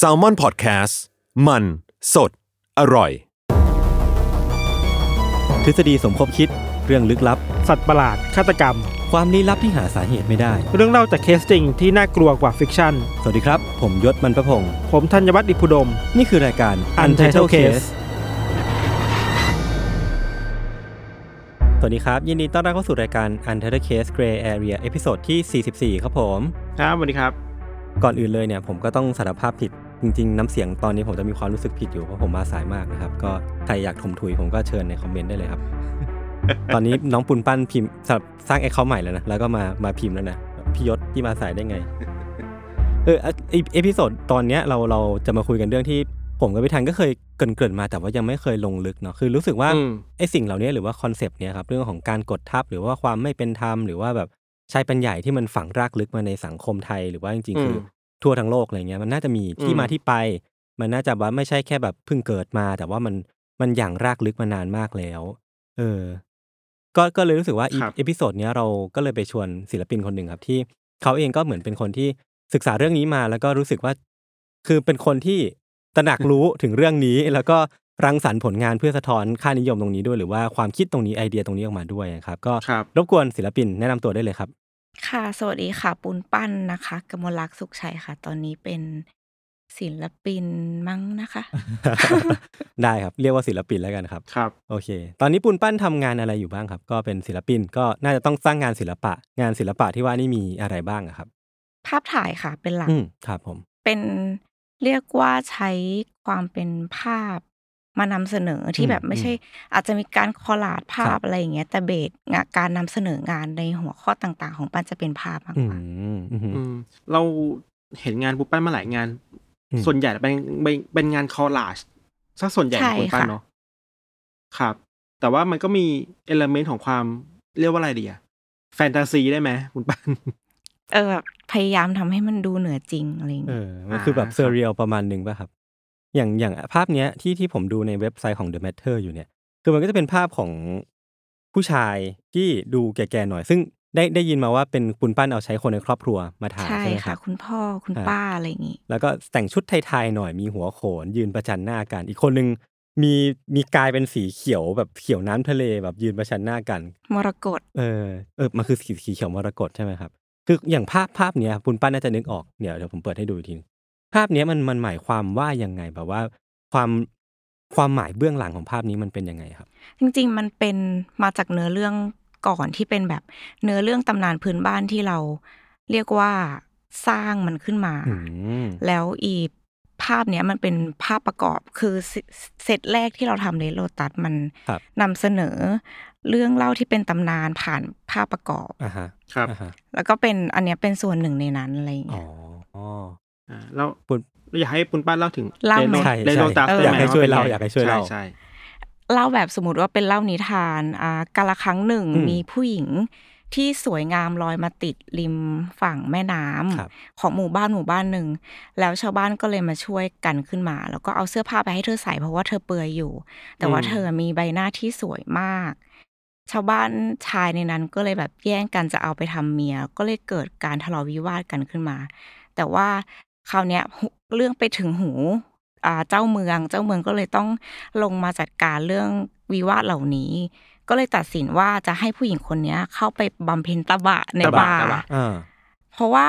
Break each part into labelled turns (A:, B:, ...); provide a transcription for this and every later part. A: s a l m o n PODCAST มันสดอร่อย
B: ทฤษฎีสมคบคิดเรื่องลึกลับ
C: สัตว์ประหลาด ฆาตกรรม
B: ความลี้ลับที่หาสาเหตุไม่ได้
C: เรื่องเล่าจากเคสจริงที่น่ากลัวกว่าฟิกชั่น
B: สวัสดีครับ ผมยศมันประพงศ์
C: ผมธัญวัฒน์อิพุดม
B: นี่คือรายการ Untitled Case สวัสดีครับ ยินดีต้อนรับเข้าสู่รายการ Untitled Case Gray Area เอพิโซดที่ 44 ครับผม
C: ครับสวัสดีครับ
B: ก่อนอื่นเลยเนี่ยผมก็ต้องสารภาพผิด จริง ๆ น้ำเสียงตอนนี้ผมจะมีความรู้สึกผิดอยู่ เพราะผมมาสายมากนะครับ ก็ใครอยากถมถุยผมก็เชิญในคอมเมนต์ได้เลยครับ ตอนนี้น้องปุนปั้นพิมพ์สำหรับสร้างแอคเคาท์ใหม่แล้วนะแล้วก็มามาพิมพ์แล้วนะพี่ยศพี่มาสายได้ไง เออไอเอพิโซดตอนเนี้ยเราเราจะมาคุยกันเรื่องที่ ผมกับพี่ทันก็เคยเกรินๆมาแต่ว่ายังไม่เคยลงลึกเนาะคือรู้สึกว่า
C: อืม
B: ไอสิ่งเหล่านี้หรือว่าคอนเซปต์เนี่ยครับเรื่องของการกดทับหรือว่าความไม่เป็นธรรมหรือว่าแบบชายเป็นใหญ่ที่มันฝังรากลึกมาในสังคมไทยหรือว่าจริงๆคืออทั่วทั้งโลกอะไรเงี้ยมันน่าจะมีที่มาที่ไป มันน่าจะว่าไม่ใช่แค่แบบเพิ่งเกิดมา แต่ว่ามันมันอย่างรากลึกมานานมากแล้ว เออ ก็ก็เลยรู้สึกว่าอี
C: ครับ
B: เอพิโซดเนี้ยเราก็เลยไปชวนศิลปินคนหนึ่งครับที่เขาเองก็เหมือนเป็นคนที่ศึกษาเรื่องนี้มาแล้วก็รู้สึกว่า คือเป็นคนที่ตระหนักรู้ถึงเรื่องนี้ แล้วก็รังสรรค์ผลงานเพื่อสะท้อนค่านิยมตรงนี้ด้วยหรือว่าความคิดตรงนี้ไอเดียตรงนี้ออกมาด้วยนะครับ ก็
C: ครับ
B: รบกวนศิลปินแนะนำตัวได้เลยครับ
D: ค่ะ สวัสดีค่ะ ปูนปั้นนะคะกมลลักษณ์สุขชัยค่ะ ตอนนี้เป็นศิลปินมั้งนะคะ
B: ได้ครับเรียกว่าศิลปินแล้วกันครับ
C: ครับ
B: โอเค ตอนนี้ปูนปั้นทำงานอะไรอยู่บ้างครับ ก็เป็นศิลปินก็น่าจะต้องสร้างงานศิลปะ งานศิลปะที่ว่านี่มีอะไรบ้างอะครับ
D: ภาพถ่ายค่ะ เป็นหลัก
B: อืมครับผม
D: เป็นเรียกว่าใช้ความเป็นภาพมานำเสนอที่
B: อืม
D: แบบไม่
B: อืม
D: ใช่ อาจจะมีการคอลลาดภา
B: ครั
D: พ
B: บ
D: อะไรอย่างเงี้ยแต่เบสงานการนำเสนองานในหัวข้อต่างๆ ของปั้นจะเป็นภาพมาก
B: อื
D: กว่า
B: มอืม
E: อืมเราเห็นงานปูปั้นมาหลายงาน
B: อืม
E: ส่วนใหญ่เป็นเป็นเป็นงานคอลลาจซะส่วนใหญ่ข
D: ใช่
E: องปูปั้น
D: ค่ะ
E: เนาะครับ แต่ว่ามันก็มีเอลเมนต์ของความเรียกว่าอะไรดีอะแฟนตาซีได้ไหมปูปั้ น
D: เออแบบพยายามทำให้มันดูเหนือจริงอะไรอย่าง
B: เอ
D: เงี้ย
B: อ มันคือแบบ
E: อ่าครับ
B: เซเรียลประมาณหนึ่งป่ะครับ อย่างอย่างภาพเนี้ยที่ที่ผมดูในเว็บไซต์ของ The Matter อยู่เนี่ย คือมันก็จะเป็นภาพของผู้ชายที่ดูแก่ๆหน่อย ซึ่งได้ได้ยินมาว่าเป็นคุณปั้นเอาใช้คนในครอบครัวมาถ่าย
D: ใช่
B: ใช่ไหมค
D: ค่ะ
B: รับ
D: คุณพ่อคุณ
B: อ่า
D: ป้าอะไรอย่างงี้
B: แล้วก็แต่งชุดไทยๆหน่อยมีหัวโขน ยืนประจันหน้ากัน อีกคนนึงมีมีกายเป็นสีเขียวแบบเขียวน้ำทะเลแบบยืนประชันหน้ากัน
D: มรกต
B: เออเออมันคือสีสีเขียวมรกตใช่ไหมครับ คืออย่างภาพภาพเนี้ยคุณป้าน่าจะนึกออกเดี๋ยวเดี๋ยวผมเปิดให้ดูอีกทีนึงภาพเนี้ยมันมันหมายความว่ายังไงแบบว่า ความความหมายเบื้องหลังของภาพนี้มันเป็นยังไงครับ
D: จริงๆ มันเป็นมาจากเนื้อเรื่องก่อนที่เป็นแบบเนื้อเรื่องตำนานพื้นบ้านที่เราเรียกว่าสร้างมันขึ้นมา
B: อืม
D: แล้วอีภาพเนี้ยมันเป็นภาพประกอบคือเซเซตแรกที่เราทำในโลตัสมัน
B: ครับ
D: นำเสนอเรื่องเล่าที่เป็นตำนานผ่านภาพประกอบ
B: อ่าฮะ
E: ครับ
B: อ่าฮะ
D: แล้วก็เป็นอันเนี้ยเป็นส่วนหนึ่งในนั้นอะไรอย่าง
B: อ๋อ
D: เงี้ย
B: อ๋อ
E: อ่าแล้ว
B: ปูน
E: เราอยากให้ปูปั้นเล่าถึง
D: เล่าไหม
B: ใช่
E: เล
B: ใช่
E: โลตัส
B: อยากให้ช่วยเล่าอยากให้ช่วยเล่า
E: ใช่
D: เล่าแบบสมมติว่าเป็นเล่านิทานอ่ากาละครั้งหนึ่ง
B: อืม
D: มีผู้หญิงที่สวยงามลอยมาติดริมฝั่งแม่น้ำ
B: ครับ
D: ของหมู่บ้านหมู่บ้านหนึ่ง แล้วชาวบ้านก็เลยมาช่วยกันขึ้นมา แล้วก็เอาเสื้อผ้าไปให้เธอใส่เพราะว่าเธอเปลือยอยู่ แต่ว่าเธอมีใบหน้าที่สวยมาก ชาวบ้านชายในนั้นก็เลยแบบแย่งกันจะเอาไปทำเมีย ก็เลยเกิดการทะเลาะวิวาทกันขึ้นมา แต่ว่าคราวเนี้ยหุเรื่องไปถึงหูอ่าเจ้าเมือง เจ้าเมืองก็เลยต้องลงมาจัดการเรื่องวิวาทเหล่านี้ ก็เลยตัดสินว่าจะให้ผู้หญิงคนเนี้ยเข้าไปบำเพ็ญตบะใน
E: ตะบะ
D: บา
E: ตะ
D: ร์
E: บะ
B: อ่า
D: เพราะว่า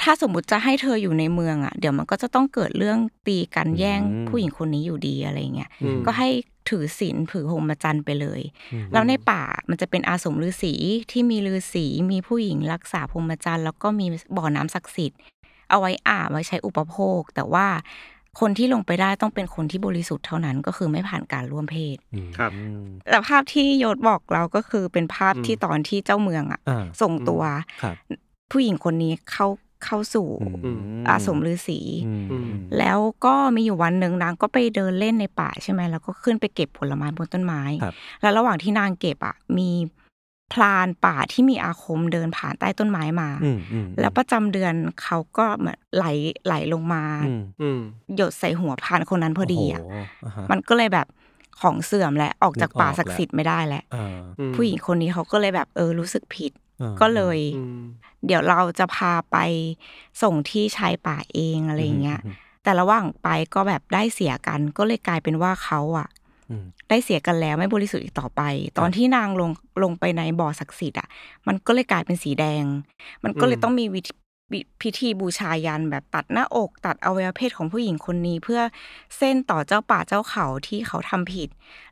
D: ถ้าสมมติจะให้เธออยู่ในเมืองอ่ะ เดี๋ยวมันก็จะต้องเกิดเรื่องตีกันแย่ง
B: อืม
D: ผู้หญิงคนนี้อยู่ดีอะไรเงี้ย
B: อืม
D: ก็ให้ถือศีลถือหมจันทร์ไปเลย
B: อืม
D: แล้วในป่ามันจะเป็นอาสมฤาษีที่มีฤาษีมีผู้หญิงรักษาพรหมจันทร์แล้วก็มีบ่อน้ำศักดิ์สิทธิ์ เอาไว้อาบไว้ใช้อุปโภค แต่ว่าคนที่ลงไปได้ต้องเป็นคนที่บริสุทธิ์เท่านั้นก็คือไม่ผ่านการร่วมเพศ
B: อืม
E: ครับ
D: แต่ภาพที่โยศบอกเราก็คือเป็นภาพ
E: อืม
D: ที่ตอนที่เจ้าเมืองอ่ะ
B: อ่า
D: ส่งตัว
B: ครับ
D: ผู้หญิงคนนี้เข้า เข้าสู่
B: อืม
D: อาสมฤาษี
B: อืมอืม
D: แล้วก็มีอยู่วันหนึ่งนางก็ไปเดินเล่นในป่าใช่ไหมแล้วก็ขึ้นไปเก็บผลไม้บนต้นไม้
B: ครับ
D: แล้วระหว่างที่นางเก็บอ่ะมีพลานป่าที่มีอาคมเดินผ่านใต้ต้นไม้มา
B: อืมอืม
D: แล้วประจำเดือนเขาก็เหมือนไหลไหลลงมา
B: อืม
E: อืม
D: หยดใส่หัวพรานคนนั้นพอดีอ่ะ
B: โโหาฮะ
D: มันก็เลยแบบของเสื่อมแหละออกจากป่า
B: นึกออก
D: ศักดิ์สิทธิ์ไม่ได้แหละ
B: อ่า
E: อืม
D: ผู้หญิงคนนี้เขาก็เลยแบบเออรู้สึกผิด
B: อ่า
D: ก็เลย
E: อืม
D: เดี๋ยวเราจะพาไปส่งที่ชายป่าเองอะไรอย่างเงี้ย
B: ม
D: แต่ระหว่างไปก็แบบได้เสียกัน ก็เลยกลายเป็นว่าเขาอ่ะ
B: อืม
D: ได้เสียกันแล้วไม่บริสุทธิ์อีกต่อไป ตอน
B: ครับ
D: ที่นางลงลงไปในบ่อศักดิ์สิทธิ์อ่ะ มันก็เลยกลายเป็นสีแดง มันก็เลย
E: อืม
D: ต้องมีวิธีวิพิธีบูชายันแบบตัดหน้าอก ตัดอวัยวะเพศของผู้หญิงคนนี้ เพื่อเส้นต่อเจ้าป่าเจ้าเขาที่เขาทำผิด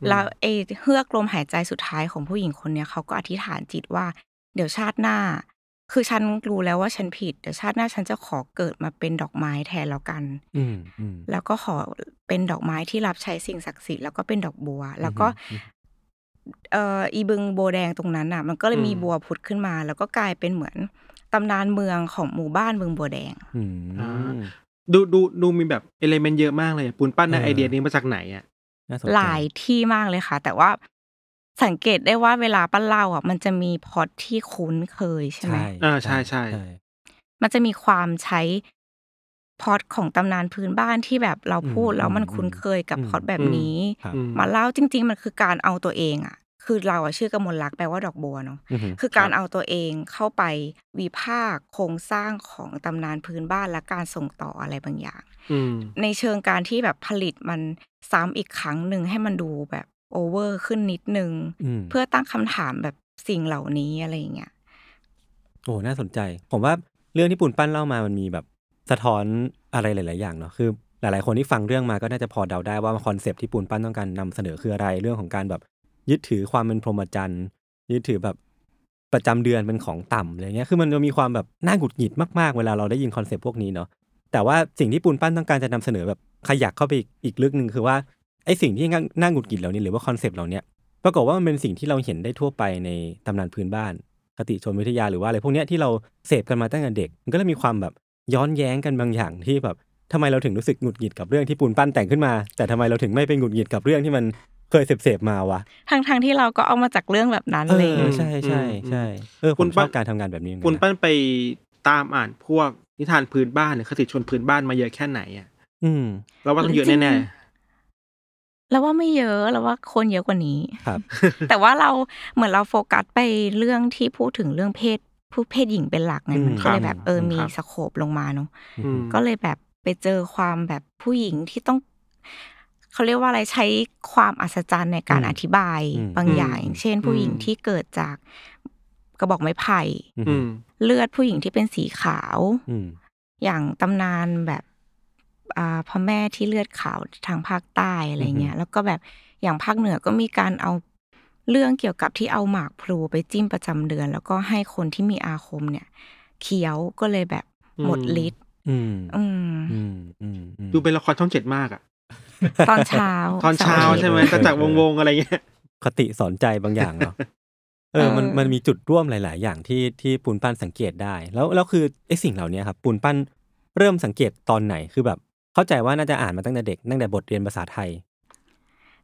D: แล้วเอเฮือกลมหายใจสุดท้ายของผู้หญิงคนเนี้ยเขาก็อธิษฐานจิตว่า เดี๋ยวชาติหน้า คือฉันรู้แล้วว่าฉันผิดเดี๋ยวชาติหน้าฉันจะขอเกิดมาเป็นดอกไม้แทนแล้วกัน
B: อืมอืม
D: แล้วก็ขอเป็นดอกไม้ที่รับใช้สิ่งศักดิ์สิทธิ์แล้วก็เป็นดอกบัว แล้วก็
B: อืม
D: เอ่ออีบึงโบวแดงตรงนั้นอ่ะ มันก็เลยมี
E: อืม
D: บัวผุดขึ้นมา แล้วก็กลายเป็นเหมือนตำนานเมืองของหมู่บ้านบึงบัวแดง
B: อืม
E: อ่า ดูดูดูมีแบบเอลเมนต์เยอะมากเลยอะปูนปั้นใน
B: เออ
E: ไอเดียนี้มาจากไหนอ่ะ
B: น่สนใจ
D: หลายที่มากเลยค่ะ แต่ว่าสังเกตได้ว่าเวลาปั้นเล่าอ่ะ มันจะมีพล็อตที่คุ้นเคยใช่ไหม
E: อ่าใช่ใช่
D: มันจะมีความใช้พล็อตของตำนานพื้นบ้านที่แบบเราพูด
B: อืม
D: แล้วมัน
B: อืม
D: คุ้นเคยกับ
B: อืม
D: พล็อตแบบนี้
B: ครับ
E: อืม
D: มาเล่าจริง ๆ มันคือการเอาตัวเองอ่ะ คือเราอะชื่อกมลลักษณ์แปลว่าดอกบัว เนาะ
B: อืม
D: คือการเอาตัวเองเข้าไปวิพากษ์โครงสร้างของตำนานพื้นบ้านและการส่งต่ออะไรบางอย่าง
E: อืม
D: ในเชิงการที่แบบผลิตมันซ้ำอีกครั้งหนึ่งให้มันดูแบบโอเวอร์ขึ้นนิดนึง
B: อืม
D: เพื่อตั้งคำถามแบบสิ่งเหล่านี้อะไรอย่างเงี้ย
B: โอ้ น่าสนใจ ผมว่าเรื่องที่ปุ่นปั้นเล่ามามันมีแบบสะท้อนอะไรหลาย ๆ อย่างเนาะ คือหลาย ๆ คนที่ฟังเรื่องมาก็น่าจะพอเดาได้ว่าคอนเซปต์ที่ปุ่นปั้นต้องการนำเสนอคืออะไร เรื่องของการแบบยึดถือความเป็นพรหมจรรย์ ยึดถือแบบประจำเดือนเป็นของต่ำอะไรเงี้ย คือมันจะมีความแบบน่าหงุดหงิดมาก ๆ เวลาเราได้ยินคอนเซปต์พวกนี้เนาะ แต่ว่าสิ่งที่ปุ่นปั้นต้องการจะนำเสนอแบบขยักเข้าไปอีกอีกลึกหนึ่งคือว่าไอ้สิ่งที่น่าหงุดหงิดเหล่านี้หรือว่าคอนเซปต์เหล่าเนี้ยปรากฏว่ามันเป็นสิ่งที่เราเห็นได้ทั่วไปในตำนานพื้นบ้าน คติชนวิทยาหรือว่าอะไรพวกเนี้ยที่เราเสพกันมาตั้งแต่เด็ก มันก็เลยมีความแบบย้อนแย้งกันบางอย่างที่แบบทำไมเราถึงรู้สึกหงุดหงิดกับเรื่องที่ปูนปั้นแต่งขึ้นมา แต่ทำไมเราถึงไม่ไปหงุดหงิดกับเรื่องที่มันเคยเสพเสพๆมาวะ
D: ทั้งๆที่เราก็เอามาจากเรื่องแบบนั้น
B: เอ
D: เลย
B: อใช่ใช่ใช่เออผ
E: ปู
B: ม
E: น
B: ช
E: ปั้
B: อน บการทำงานแบบนี้เหมือ
E: ปูน
B: กัะ
E: ปั้นไปตามอ่านพวกนิทานพื้นบ้านหรือคติชนพื้นบ้านมาเยอะแค่ไหนอ่ะ
B: อืม
E: เราว่าต้องเยอะแน่
D: แล้วว่าไม่เยอะแล้วว่าคนเยอะกว่า นี้
B: ครับ
D: แต่ว่าเราเหมือนเราโฟกัสไปเรื่องที่พูดถึงเรื่องเพศผู้เพศหญิงเป็นหลักไง
B: อืม
D: มันก็เล
B: ครั
D: ย
B: บ
D: แบบเออ
B: ครับ
D: มีสโคบลงมาเนาะ
E: ๆอืม
D: ก็เลยแบบไปเจอความแบบผู้หญิงที่ต้อง เขาเรียกว่าอะไรใช้ความอัศจรรย์ในการ
B: อืม
D: อธิบาย
B: อืม
D: บางอย่าง
E: อืม
D: อย่างเช่น ผู้หญิง
E: อืม
D: ที่เกิดจากกระบอกไม้ไผ่
E: อืม
D: เลือดผู้หญิงที่เป็นสีขาว
B: อืม
D: อย่างตำนานแบบอ่าพระแม่ที่เลือดขาวทางภาคใต้อะไร
B: อื
D: เงี้ย
B: อฮึ
D: แล้วก็แบบอย่างภาคเหนือก็มีการเอาเรื่องเกี่ยวกับที่เอาหมากพลูไปจิ้มประจำเดือน แล้วก็ให้คนที่มีอาคมเนี่ย เคี้ยวก็เลยแบบหมด
E: อืม
D: ฤทธิ์
B: อืม
D: อืม
B: อืมอืมอืม
E: ดูเป็นละครช่องเจ็ดมากอ่ะ
D: ตอนเช้า
E: ตอนเช้า
D: สร์ทิตย์
E: ใช่ไหมกระจากวงวงๆอะไรเงี้ย
B: คติสอนใจบางอย่าง เนาะ เออ มัน
D: เออ
B: มันมีจุดร่วมหลาย ๆ อย่างที่ที่ปูนปั้นสังเกตได้ แล้ว แล้วคือไอ้สิ่งเหล่านี้ครับปูนปั้นเริ่มสังเกตตอนไหน คือแบบ เข้าใจว่าน่าจะอ่านมาตั้งแต่เด็ก ตั้งแต่บทเรียนภาษาไทย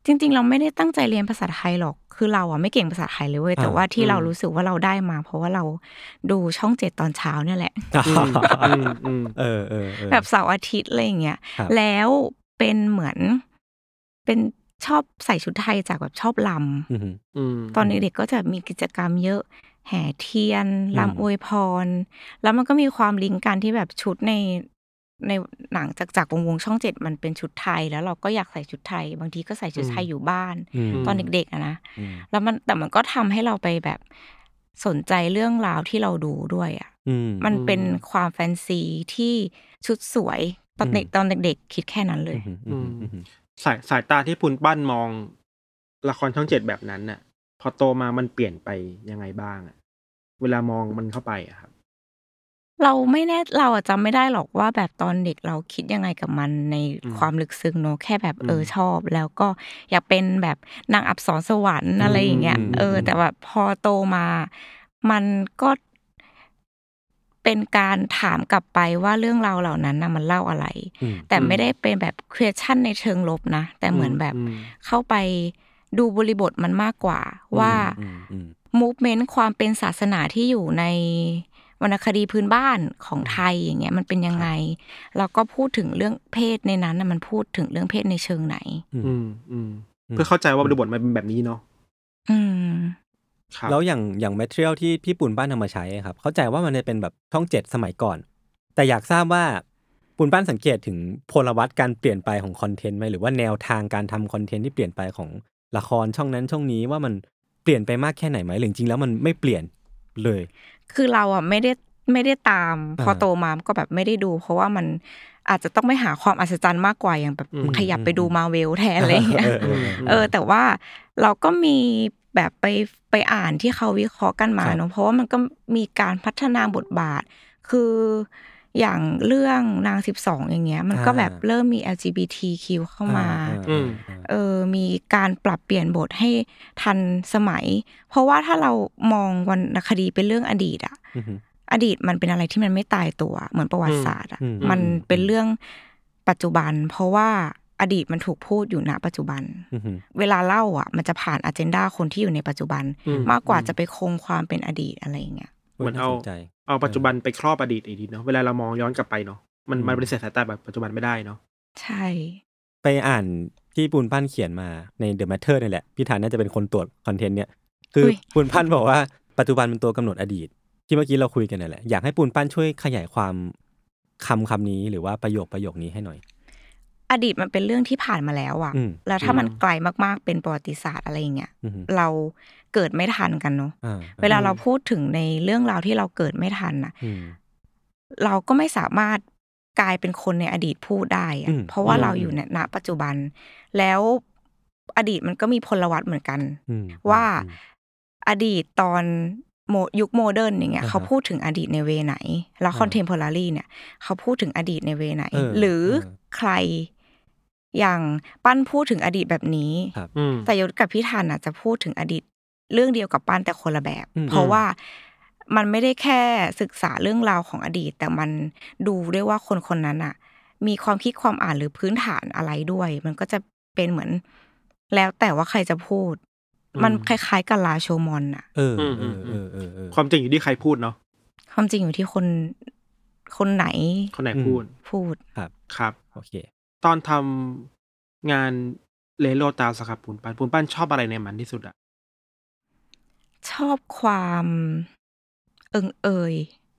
D: จริง ๆ เราไม่ได้ตั้งใจเรียนภาษาไทยหรอก คือเราอ่ะไม่เก่งภาษาไทยเลยเว้ยแต่
B: อ่า
D: ว่าที่เรา
E: อืม
D: รู้สึกว่าเราได้มา เพราะว่าเราดูช่องเจ็ดตอนเช้าเนี่ยแหละ
E: อืมอืมอืม
B: เออเออเออ
D: แบบเสาร์อาทิตย์อะไรอย่างเงี้ย
B: ครับ
D: แล้วเป็นเหมือนเป็นชอบใส่ชุดไทยจากแบบชอบล
B: อืม
E: อืม
D: ำตอนเด็กๆก็จะมีกิจกรรมเยอะ แห่เทียน
B: อืม
D: ลำอวยพร แล้วมันก็มีความลิงก์กันที่แบบชุดในในหนังจากจากวงวงช่องเจ็ดมันเป็นชุดไทย แล้วเราก็อยากใส่ชุดไทย บางทีก็ใส่ชุดไทยอยู่บ้าน
B: อืม
D: ตอนเด็กๆอะนะ
B: อืม
D: แล้วมันแต่มันก็ทำให้เราไปแบบสนใจเรื่องราวที่เราดูด้วยอะ
B: อืม
D: มัน
E: อืม
D: เป็นความแฟนซีที่ชุดสวยตอนเด็ก
B: อืม
D: ตอนเด็กๆ คิดแค่นั้นเลย
B: อืมอืมอืม
E: สายสายตาที่ปูนปั้นมอง ละครช่องเจ็ดแบบนั้นน่ะ พอโตมามันเปลี่ยนไปยังไงบ้างอ่ะ เวลามองมันเข้าไปอ่ะครับ
D: เราไม่แน่เราอะจำไม่ได้หรอกว่าแบบตอนเด็กเราคิดยังไงกับมันใน
E: อืม
D: ความลึกซึ้งเนอะแค่แบบ
E: อืม
D: เออชอบ แล้วก็อยากเป็นแบบนางอับสรสวรรค์อะไรอย่างเงี้ย
E: อืม
D: เออ แต่แบบพอโตมา มันก็ ไป เป็นการถามกลับไปว่าเรื่องราวเหล่านั้นนะมันเล่าอะไร
B: อืม
D: แต่ไม่
E: อืม
D: ได้เป็นแบบ question ในเชิงลบนะ แต่เหมือนแบบ
E: อืม
D: เข้าไปดูบริบทมันมากกว่า ว่า
B: อืมอืม
D: movement ความเป็นศาสนาที่อยู่ในวรรณคดีพื้นบ้านของไทยอย่างเงี้ยมันเป็นยังไง แล้วก็พูดถึงเรื่องเพศในนั้นนะมันพูดถึงเรื่องเพศในเชิงไหน
E: อืมอืม
B: อืม
E: เพื่อเข้าใจว่าบริบทมันเป็นแบบนี้เนาะ
D: อืม
E: ครับ
B: แล้วอย่างอย่างแมทเทียลที่พี่ปุ่นบ้านนำมาใช้ครับ เข้าใจว่ามันจะเป็นแบบช่องเจ็ดสมัยก่อน แต่อยากทราบว่าปุ่นบ้านสังเกตถึงพลวัตการเปลี่ยนไปของคอนเทนต์ไหมหรือว่าแนวทางการทำคอนเทนต์ที่เปลี่ยนไปของละครช่องนั้นช่องนี้ว่ามันเปลี่ยนไปมากแค่ไหนไหมหรือจริงๆแล้วมันไม่เปลี่ยนเลย
D: คือเราอ่ะไม่ได้ไม่ได้ตาม
B: อ่า
D: พอโตมาก็แบบไม่ได้ดู เพราะว่ามันอาจจะต้องไปหาความอัศจรรย์มากกว่าอย่างแบบ
B: อืม
D: ขยับไป
B: อืม
D: ดูมาเวลแทนอะไรอย่างเงี้ย
B: เออ
D: เออแต่ว่าเราก็มีแบบไปไปอ่านที่เขาวิเคราะห์กันมา
B: ครับ
D: เนอะเพราะว่ามันก็มีการพัฒนาบทบาท คืออย่างเรื่องนางสิบสองอย่างเงี้ย มันก็แบบเริ่มมี LGBTQ เข้ามา
B: อืม
D: เออมีการปรับเปลี่ยนบทให้ทันสมัย เพราะว่าถ้าเรามองวรรณคดีเป็นเรื่องอดีตอะ
B: อือฮึ
D: อดีตมันเป็นอะไรที่มันไม่ตายตัว เหมือนประวัติศาสตร์อะ
B: อืม
D: มันเป็นเรื่องปัจจุบัน เพราะว่าอดีตมันถูกพูดอยู่ณปัจจุบัน
B: อือฮึ
D: เวลาเล่าอ่ะ มันจะผ่านอ g e n d a คนที่อยู่ในปัจจุบัน
E: อื
D: มากกว่าจะไปคงความเป็นอดีตอะไรอย่างเงี้ย
E: เหมือน
B: น่
E: เอา
B: สใจ
E: เอาปัจจุบันไปครอบอดีตอีกทีเนาะเวลาเรามองย้อนกลับไปเนาะมัน
B: อืม
E: มันปฏิเสธสายตาแบบปัจจุบันไม่ได้เนาะ
D: ใช่
B: ไปอ่านที่ปูนปั้นเขียนมาใน The Matter นี่แหละ พี่ธานน่าจะเป็นคนตรวจคอนเทนต์เนี่ย คืออย ปูนปั้นบอกว่าปัจจุบันเป็นตัวกำหนดอดีต ที่เมื่อกี้เราคุยกันนั่นแหละ อยากให้ปูนปั้นช่วยขยายความคำคำนี้หรือว่าประโยคประโยคนี้ให้หน่อย
D: อดีตมันเป็นเรื่องที่ผ่านมาแล้วอ่ะ
B: อืม
D: แล้วถ้ามันไกลมากๆเป็นประวัติศาสตร์อะไรอย่างเงี้ย
B: อือฮึ
D: เราเกิดไม่ทันกันเนาะ
B: อ่า
D: เวลาเราพูดถึงในเรื่องราวที่เราเกิดไม่ทันน่ะ
B: อืม
D: เราก็ไม่สามารถกลายเป็นคนในอดีตพูดได้อะ
B: อืม
D: เพราะว่าเราอยู่ในณปัจจุบัน แล้วอดีตมันก็มีพลวัตเหมือนกัน
B: อืม
D: ว่าอดีตตอนโมยุคโมเดิร์นอย่างเงี้ย
B: อ่าฮะ
D: เขาพูดถึงอดีตในเวไหน แล้ว
B: อ่า
D: คอนเทมพอรารีเนี่ย เขาพูดถึงอดีตในเวไหน
B: เออ
D: หรือ
B: เออ
D: ใครอย่างปั้นพูดถึงอดีตแบบนี้
B: ครับ
E: อืม
D: แต่ยศกับพี่ทันอ่ะจะพูดถึงอดีตเรื่องเดียวกับปั้นแต่คนละแบบ
B: อืม
D: เพราะว่ามันไม่ได้แค่ศึกษาเรื่องราวของอดีต แต่มันดูด้วยว่าคนคนนั้นอ่ะ มีความคิดความอ่านหรือพื้นฐานอะไรด้วย มันก็จะเป็นเหมือน แล้วแต่ว่าใครจะพูด
E: อืม
D: มันคล้ายๆกับลาโชมอนอ่ะ
B: เอออ
E: ม
B: เอ
E: อื
B: อ
E: ม
B: เออเออเออ
E: ความจริงอยู่ที่ใครพูดเนาะ
D: ความจริงอยู่ที่คนคนไหน
E: คนไหนพูด
D: พูด
E: ครับ
B: โอเค
E: ตอนทำงานเลโลตาสครับปูนปั้นปูนปั้นชอบอะไรในมันที่สุดอะ
D: ชอบความเอิงเอย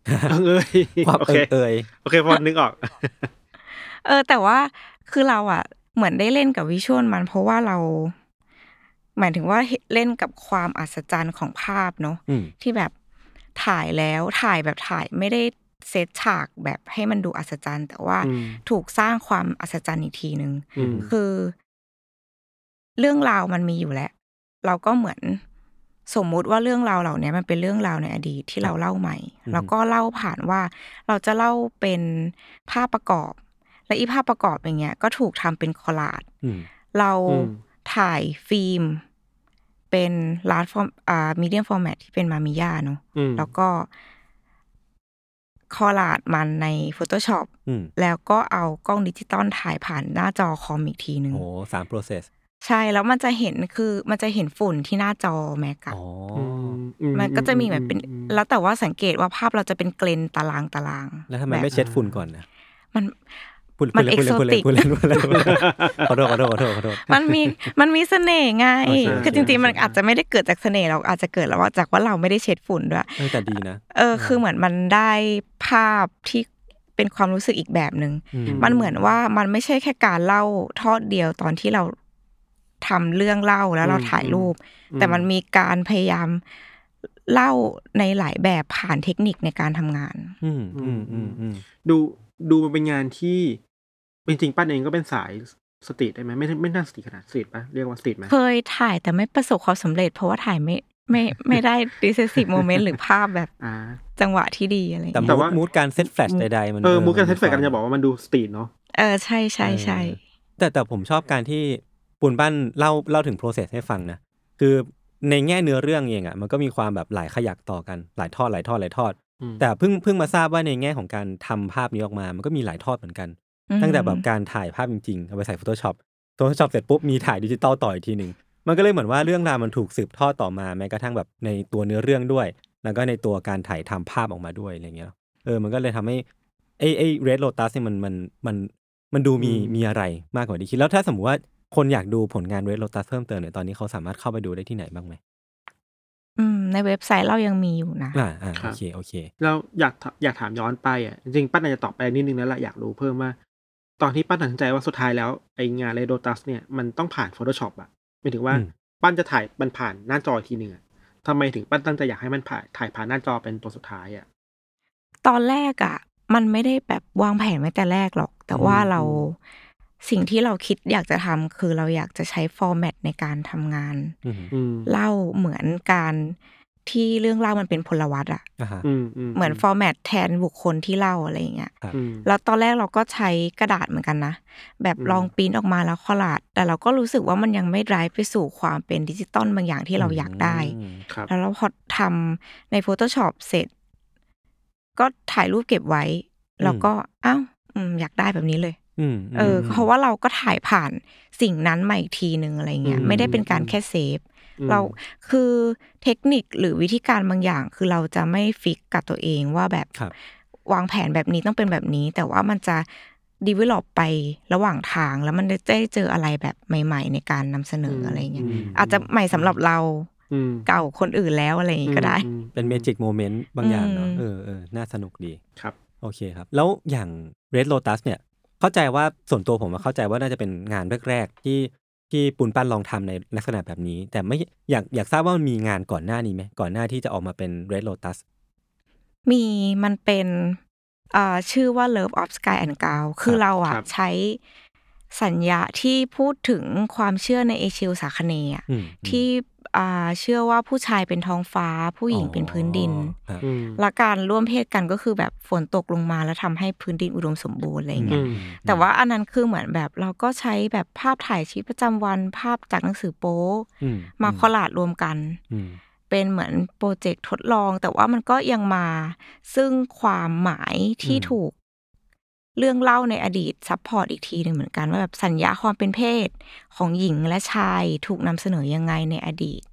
E: เอิงเอ้ย
B: ความ
E: โอ
B: เออ
E: เค
B: เอย
E: โอเคพอนึกออก
D: เออแต่ว่าคือเราอ่ะ เหมือนได้เล่นกับวิชวลมัน เพราะว่าเรา หมายถึงว่าเล่นกับความอัศจรรย์ของภาพเนาะ
B: อืม
D: ที่แบบถ่ายแล้วถ่ายแบบถ่ายไม่ได้เซตฉากแบบให้มันดูอัศจรรย์ แต่ว่า
E: อืม
D: ถูกสร้างความอัศจรรย์อีกทีนึง
E: อืม
D: คือ เรื่องราวมันมีอยู่แล้ว เราก็เหมือนสมมุติว่าเรื่องราวเหล่านี้มันเป็นเรื่องราวในอดีตที่เราเล่าใหม่
B: อืม
D: แล้วก็เล่าผ่านว่าเราจะเล่าเป็นภาพประกอบ และอีภาพประกอบอย่างเงี้ยก็ถูกทำเป็นคอลลาจ
B: อืม
D: เรา
E: อืม
D: ถ่ายฟิล์ม เป็นลาร์ฟอร์มอ่ามีเดียมฟอร์แมตที่เป็นมามิยาเนาะ
E: อืม
D: แล้วก็คอลลาจมันใน Photoshop
B: อืม
D: แล้วก็เอากล้องดิจิตอลถ่ายผ่านหน้าจอคอมอีกทีหนึ่ง
B: โอ้สาม process
D: ใช่แล้วมันจะเห็นคือมันจะเห็นฝุ่นที่หน้าจอแม็กอะ
B: อ๋อ
E: อือื
D: มันก็จะมีแบบเป็น
E: อืม
D: แล้วแต่ว่าสังเกตว่าภาพเราจะเป็นเกลนตารางตาราง
B: แล้วทำไม
D: แบบ
B: ไม่เช็ดฝุ่นก่อนนะ
D: มัน
B: พูด
D: มัน
B: พูดเล่นพูดเล่นพู
D: exotic
B: ดเล่นพูดเล่นพูดเล่น ขอโทษขอโทษขอโทษขอโทษ
D: มันมีมันมีเสน่ห์ไง
B: โอเคโอเค
D: คือจริงๆ มัน
B: โอเค
D: อาจจะไม่ได้เกิดจากเสน่ห์เราอาจจะเกิดแล้วว่าจากว่าเราไม่ได้เช็ดฝุ่นด้วย
B: เออแต่ดีนะ
D: เออ คือเหมือนมันได้ภาพที่เป็นความรู้สึกอีกแบบหนึ่ง
B: อืม
D: มันเหมือนว่ามันไม่ใช่แค่การเล่าทอดเดียวตอนที่เราทำเรื่องเล่าแล้วเรา
E: อืม
D: ถ่ายรูป
E: อืม
D: แต่มันมีการพยายามเล่าในหลายแบบผ่านเทคนิคในการทำงาน
B: อืมอืมอืมอืม
E: ดูดูมันเป็นงานที่ จริงๆปั้นเองก็เป็นสายสตรีทได้ไหมไม่ไม่น่าสตรีทขนาดสตรีทปะเรียกว่าสตรีทไหม
D: เคยถ่ายแต่ไม่ประสบความสำเร็จ เพราะว่าถ่าย ไม่ไม่ไม่ได้ decisive moment หรือภาพแบบ
E: อ่า
D: จังหวะที่ดีอะไรอย่าง
B: แต่
D: เงี้ย
B: มูด
E: แต่ว่า
B: มูดการเซตแฟลชใดๆมัน
E: เออมูกา
B: มั
E: รเซตแฟก
B: คว
E: กันจะบอกว่ามันดูสตรีทเนาะ
D: เออใช่ใช่ใช่
B: เออแต่แต่ผมชอบการที่ปูนบ้านเล่าเล่าถึง process ให้ฟังนะ คือในแง่เนื้อเรื่องเองอ่ะมันก็มีความแบบหลายขยักต่อกัน หลายทอดหลายทอดหลายทอด
E: อืม
B: แต่เพิ่งเพิ่งมาทราบว่าในแง่ของการทำภาพนี้ออกมา มันก็มีหลายทอดเหมือนกัน
D: อืม
B: ตั้งแต่แบบการถ่ายภาพจริงๆ เอาไปใส่ Photoshop Photoshop เสร็จปุ๊บ มีถ่ายดิจิตอลต่ออีกทีหนึ่ง มันก็เลยเหมือนว่าเรื่องราวมันถูกสืบทอดต่อมาแม้กระทั่งแบบในตัวเนื้อเรื่องด้วย แล้วก็ในตัวการถ่ายทำภาพออกมาด้วยอะไรเงี้ย เออ มันก็เลยทำให้ไอ้ไอ้ Red Lotus เนี่ยมันมันมันมันดูมี
E: อืม
B: มีอะไรมากกว่าที่คิด แล้วถ้าสมมติว่าคนอยากดูผลงาน Red Lotus เพิ่มเติมเนี่ย ตอนนี้เขาสามารถเข้าไปดูได้ที่ไหนบ้างไหม
D: อืมในเว็บไซต์เรายังมีอยู่นะ
B: อ่าอ่า
E: ครั
B: โอบ เคโอเค
E: เราอยากถอยากถามย้อนไปอ่ะจริงๆปั้นอาจจะตอบไปนิดนึงแล้วล่ะอยากรู้เพิ่มว่า ตอนที่ปั้นตัดสินใจว่าสุดท้ายแล้วไองานเรโดตัสเนี่ยมันต้องผ่าน Photoshop อ่ะหมายถึงว่า
B: อืม
E: ปั้นจะถ่ายมันผ่านหน้าจออีกทีหนึ่งอ่ะทำไมถึงปั้นตั้งใจอยากให้มันผ่านถ่ายผ่านหน้าจอเป็นตัวสุดท้ายอ่ะ
D: ตอนแรกอะ่ะ มันไม่ได้แบบวางแผนไว้แต่แรกหรอก แต่ว่า
E: อืม
D: เรา
E: อื
D: สิ่งที่เราคิดอยากจะทำคือเราอยากจะใช้ฟอร์แมตในการทำงาน
B: อือหือ
E: อืม
D: เล่าเหมือนการที่เรื่องเล่ามันเป็นพลวัตอะ
B: อ่าฮะ
E: อืมอืม
D: เหมือนฟอร์แมตแทนบุคคลที่เล่าอะไรอย่างเงี้ย
B: ครับ
E: อืม
D: แล้วตอนแรกเราก็ใช้กระดาษเหมือนกันนะ แบบ
E: อืม
D: ลองปริ้นออกมาแล้วคอลาด แต่เราก็รู้สึกว่ามันยังไม่ไร้ไปสู่ความเป็นดิจิตอลบางอย่างที่เราอยากได้
B: อืม
E: ครับ
D: แล้วเราพอทำใน Photoshop เสร็จ ก็ถ่ายรูปเก็บไว้
B: ม
D: แล้วก็อ้าวอืมอยากได้แบบนี้เลย
B: อืม
D: เอออ
B: ม
D: เพราะว่าเราก็ถ่ายผ่านสิ่งนั้นมาอีกทีนึงอะไรเงี้ย
E: อืม
D: ไม่ได้เป็นการแค่เซฟ
E: อืม
D: เราคือเทคนิคหรือวิธีการบางอย่าง คือเราจะไม่ฟิกกับตัวเองว่าแบบ
B: ครับ
D: วางแผนแบบนี้ต้องเป็นแบบนี้ แต่ว่ามันจะดีเวลลอไประหว่างทาง แล้วมันจะได้เจออะไรแบบใหม่ ๆ ในการนำเสนออะไรเงี้ย
E: ม
D: อาจจะใหม่สำหรับเรา
E: อืม
D: เก่าคนอื่นแล้วอะไรอย่างงี้ก็ได้
E: อืมอืม
B: เป็นเมจิกโมเมนต์บางอย่างเนาะ
D: อืม
B: เออเออน่าสนุกดี
E: ครับ
B: โอเคครับ แล้วอย่าง Red Lotus เนี่ย เข้าใจว่าส่วนตัวผมอะเข้าใจว่าน่าจะเป็นงานแรก ๆ ที่ที่ปูนปั้นลองทำในลักษณะแบบนี้ แต่ไม่อยากอยากทราบว่ามันมีงานก่อนหน้านี้ไหมก่อนหน้าที่จะออกมาเป็น Red Lotus
D: มีมันเป็นเอ่อชื่อว่า Love of Sky and g o w คือเราอะ
E: ครับ
D: ใช้สัญญาที่พูดถึงความเชื่อในเอเชียอุตสาคเนย์อะ
B: อืม
D: ที่อ่าเชื่อว่าผู้ชายเป็นท้องฟ้า ผู้หญิงเป็นพื้นดิน
B: อ๋อครับ
E: อืม
D: และการร่วมเพศกันก็คือแบบฝนตกลงมาแล้วทำให้พื้นดินอุดมสมบูรณ์อะไรอย่างเงี้ย
E: ม
D: แต่ว่าอันนั้นคือเหมือนแบบเราก็ใช้แบบภาพถ่ายชีวิตประจำวันภาพจากหนังสือโป๊
B: อื
D: มาคอลลาดรวมกัน
B: อืม
D: เป็นเหมือนโปรเจกต์ทดลอง แต่ว่ามันก็ยังมาซึ่งความหมายที่
B: อืม
D: ถูกเรื่องเล่าในอดีตซัพพอร์ตอีกทีหนึ่งเหมือนกัน ว่าแบบสัญญาความเป็นเพศของหญิงและชายถูกนำเสนอยังไงในอดีต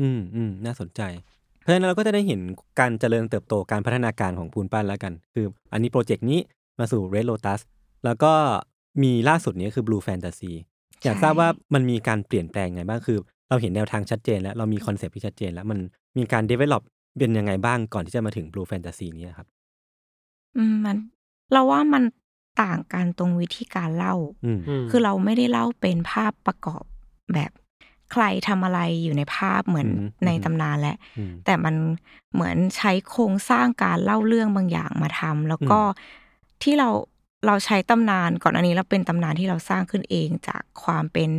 B: อืมอืมน่าสนใจ เพราะฉะนั้นเราก็จะได้เห็นการเจริญเติบโตการพัฒนาการของปูนปั้นแล้วกัน คืออันนี้โปรเจกต์นี้มาสู่ Red Lotus แล้วก็มีล่าสุดนี้คือ Blue Fantasy อยาก
D: ใช่
B: ทราบว่ามันมีการเปลี่ยนแปลงไงบ้างคือ เราเห็นแนวทางชัดเจนแล้วเรามีคอนเซปต์ที่ชัดเจนแล้วมันมีการ develop เป็นยังไงบ้างก่อนที่จะมาถึง Blue Fantasy เนี้ครับ
D: อืมมัน เราว่ามันต่างกันตรงวิธีการเล่า
B: อืม
E: ม
D: คือเราไม่ได้เล่าเป็นภาพประกอบแบบใครทำอะไรอยู่ในภาพเหมือน
B: อืม
D: ใน
B: อืม
D: ตำนานแหละ
B: อืม
D: แต่มันเหมือนใช้โครงสร้างการเล่าเรื่องบางอย่างมาทำแล้วก็ที่เราเราใช้ตำนานก่อนอันนี้เราเป็นตำนานที่เราสร้างขึ้นเองจากความเป็น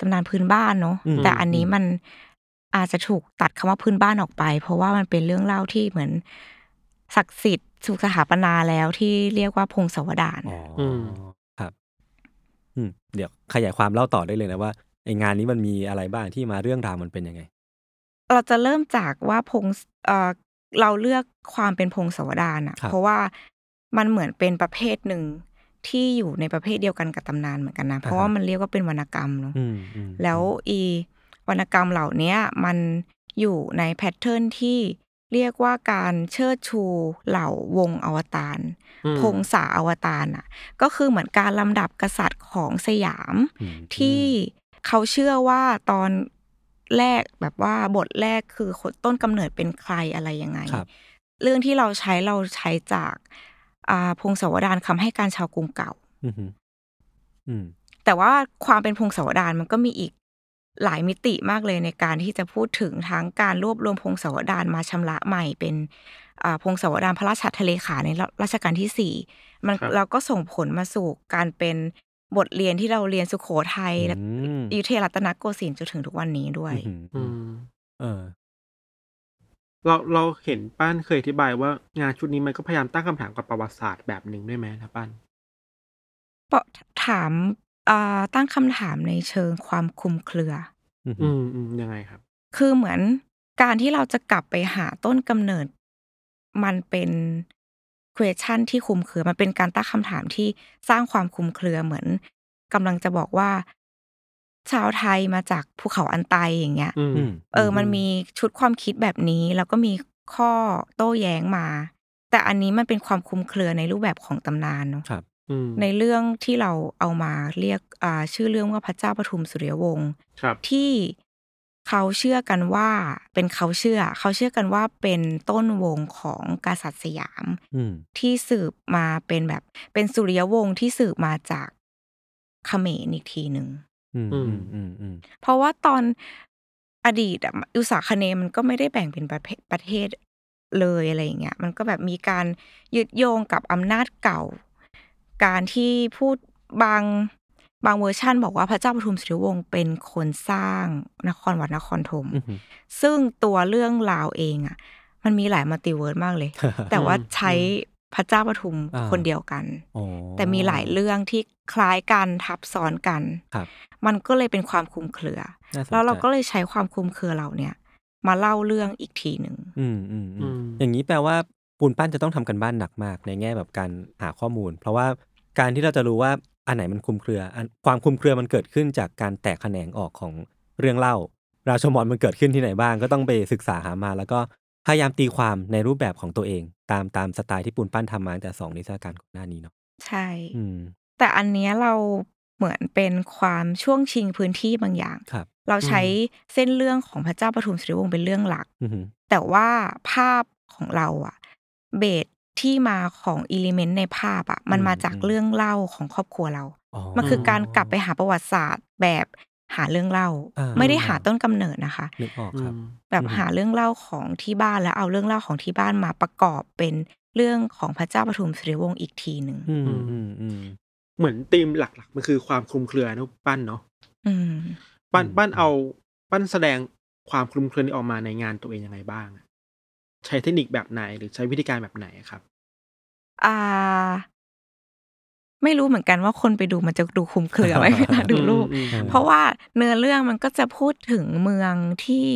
D: ตำนานพื้นบ้านเนาะ
B: อืม
D: แต่อันนี้
B: อืม
D: มันอาจจะถูกตัดคำว่าพื้นบ้านออกไป เพราะว่ามันเป็นเรื่องเล่าที่เหมือนศักดิ์สิทธิ์สุขสถาปนาแล้วที่เรียกว่าพงศาวดาร
B: อ๋ออ
E: ม
B: ครับ อืม เดี๋ยวขยายความเล่าต่อได้เลยนะว่าไองานนี้มันมีอะไรบ้างที่มาเรื่องราวมันเป็นยังไง
D: เราจะเริ่มจากว่าพงศเอ่อเราเลือกความเป็นพงศาวดารอ่ะ
B: ครับ
D: เพราะว่ามันเหมือนเป็นประเภทหนึ่งที่อยู่ในประเภทเดียวกันกับตำนานเหมือนกันนะ เพราะว่ามันเรียกว่าเป็นวรรณกรรมเนาะ
B: อืมอืม
D: แล้วอีวรรณกรรมเหล่าเนี้ยมันอยู่ในแพทเทิร์นที่เรียกว่าการเชิดชูเหล่าวงอวตาร
E: อืม
D: พงศาอวตารอ่ะ ก็คือเหมือนการลำดับกษัตริย์ของสยาม
B: อืม
D: ที่เขาเชื่อว่าตอนแรกแบบว่าบทแรกคือคนต้นกำเนิดเป็นใครอะไรยังไง
B: ครับ
D: เรื่องที่เราใช้เราใช้จากอ่าพงศาวดารคำให้การชาวกรุงเก่า
B: อืมอืม
D: แต่ว่าความเป็นพงศาวดารมันก็มีอีกหลายมิติมากเลยในการที่จะพูดถึงทั้งการรวบรวมพงศาวดารมาชำระใหม่เป็นอ่าพงศาวดารพระราชทะเลขาในรัชกาลที่สี่มัน
E: ครับ
D: เราก็ส่งผลมาสู่การเป็นบทเรียนที่เราเรียนสุโขทัยและ
B: อืม
D: อยุธยารัตนโกสินทร์จนถึงทุกวันนี้ด้วย
B: อืม
E: อืม
B: เออ
E: เราเราเห็นป้านเคยอธิบายว่างานชุดนี้มันก็พยายามตั้งคำถามกับประวัติศาสตร์แบบหนึ่งด้วยไหมนะป้าน
D: ปะถามอ่าตั้งคำถามในเชิงความคลุมเครือ
B: อืม
E: อืมอืมยังไงครับ
D: คือเหมือนการที่เราจะกลับไปหาต้นกำเนิด มันเป็น question ที่คลุมเครือ มันเป็นการตั้งคำถามที่สร้างความคลุมเครือเหมือนกำลังจะบอกว่า ชาวไทยมาจากภูเขาอันไตอย่างเงี้ย
E: อืม
B: อืม
D: เออ มันมีชุดความคิดแบบนี้ แล้วก็มีข้อโต้แย้งมา แต่อันนี้มันเป็นความคลุมเครือในรูปแบบของตำนานเนาะ
E: อืม
D: ในเรื่องที่เราเอามาเรียกอ่าชื่อเรื่องว่าพระเจ้าปทุมสุริยวงศ์
E: ครับ
D: ที่เขาเชื่อกันว่าเป็นเขาเชื่อ เขาเชื่อกันว่าเป็นต้นวงของกษัตริย์สยาม
B: อืม
D: ที่สืบมาเป็นแบบเป็นสุริยวงศ์ที่สืบมาจากเขมรอีกทีหนึ่ง
B: อืม
E: อื
B: อื
E: ม
B: ม อืม อืม
D: เพราะว่าตอนอดีตอะอุตสาคเนย์มันก็ไม่ได้แบ่งเป็นประเภทประเทศเลยอะไรอย่างเงี้ยมันก็แบบมีการยึดโยงกับอำนาจเก่า การที่พูดบางบางเวอร์ชั่นบอกว่าพระเจ้าปทุมสุริยวงศ์เป็นคนสร้างนครวัดนครธม
B: อืม
D: ซึ่งตัวเรื่องราวเองอะมันมีหลายมัลติเวิร์ดมากเลย แต่ว่าใช้พระเจ้าปทุม
B: อ่า
D: คนเดียวกัน
B: อ๋อ
D: แต่มีหลายเรื่องที่คล้ายกันทับซ้อนกัน
B: ครับ
D: มันก็เลยเป็นความคลุมเครือ
B: น่สนใจ
D: แล้วเราก็เลยใช้ความคลุมเครือเราเนี่ย มาเล่าเรื่องอีกทีหนึ่ง
B: อืมอืม
E: อื
B: อืม
E: ม
B: อย่างนี้แปลว่าปูนปั้นจะต้องทำกันบ้านหนักมากในแง่แบบการหาข้อมูล เพราะว่าการที่เราจะรู้ว่าอันไหนมันคลุมเครืออันความคลุมเครือมันเกิดขึ้นจากการแตกแขนงออกของเรื่องเล่า ราชมอนมันเกิดขึ้นที่ไหนบ้าง ก็ต้องไปศึกษาหามา แล้วก็พยายามตีความในรูปแบบของตัวเอง ตามตามสไตล์ที่ปูนปั้นทำมาตั้งแต่สองนิทรรศการก่อนหน้านี้เนาะ
D: ใช่
B: อืม
D: แต่อันเนี้ยเราเหมือนเป็นความช่วงชิงพื้นที่บางอย่าง
B: ครับ
D: เราใช้เส้นเรื่องของพระเจ้าปทุมสุริยวงศ์เป็นเรื่องหลัก
B: อืม
D: แต่ว่าภาพของเราอะเบสที่มาของอิเลเมนต์ในภาพอะมันมาจากเรื่องเล่าของครอบครัวเรา มันคือการกลับไปหาประวัติศาสตร์แบบหาเรื่องเล่า
B: อ่
D: ไม่ได้หาต้นกำเนิดนะคะ
B: นึกออกครับ
E: อืม
D: แบบ
B: อืม
D: หาเรื่องเล่าของที่บ้านแล้วเอาเรื่องเล่าของที่บ้านมาประกอบเป็นเรื่องของพระเจ้าปทุมสุริยวงศ์อีกทีหนึ่ง
B: อืมอืมอืม
E: เหมือนธีมหลักๆ มันคือความคลุมเครือนะปั้นเนาะ
D: อืม
E: ปั้น
B: อืม
E: ปั้นเอา ปั้นแสดงความคลุมเครือนี้ออกมาในงานตัวเองยังไงบ้างอะใช้เทคนิคแบบไหนหรือใช้วิธีการแบบไหนอะครับ
D: อ่า ไม่รู้เหมือนกันว่าคนไปดูมันจะดูคลุมเครือไหม เวลาดูรูป
E: อืมอืม
D: เพราะว่าเนื้อเรื่องมันก็จะพูดถึงเมืองที่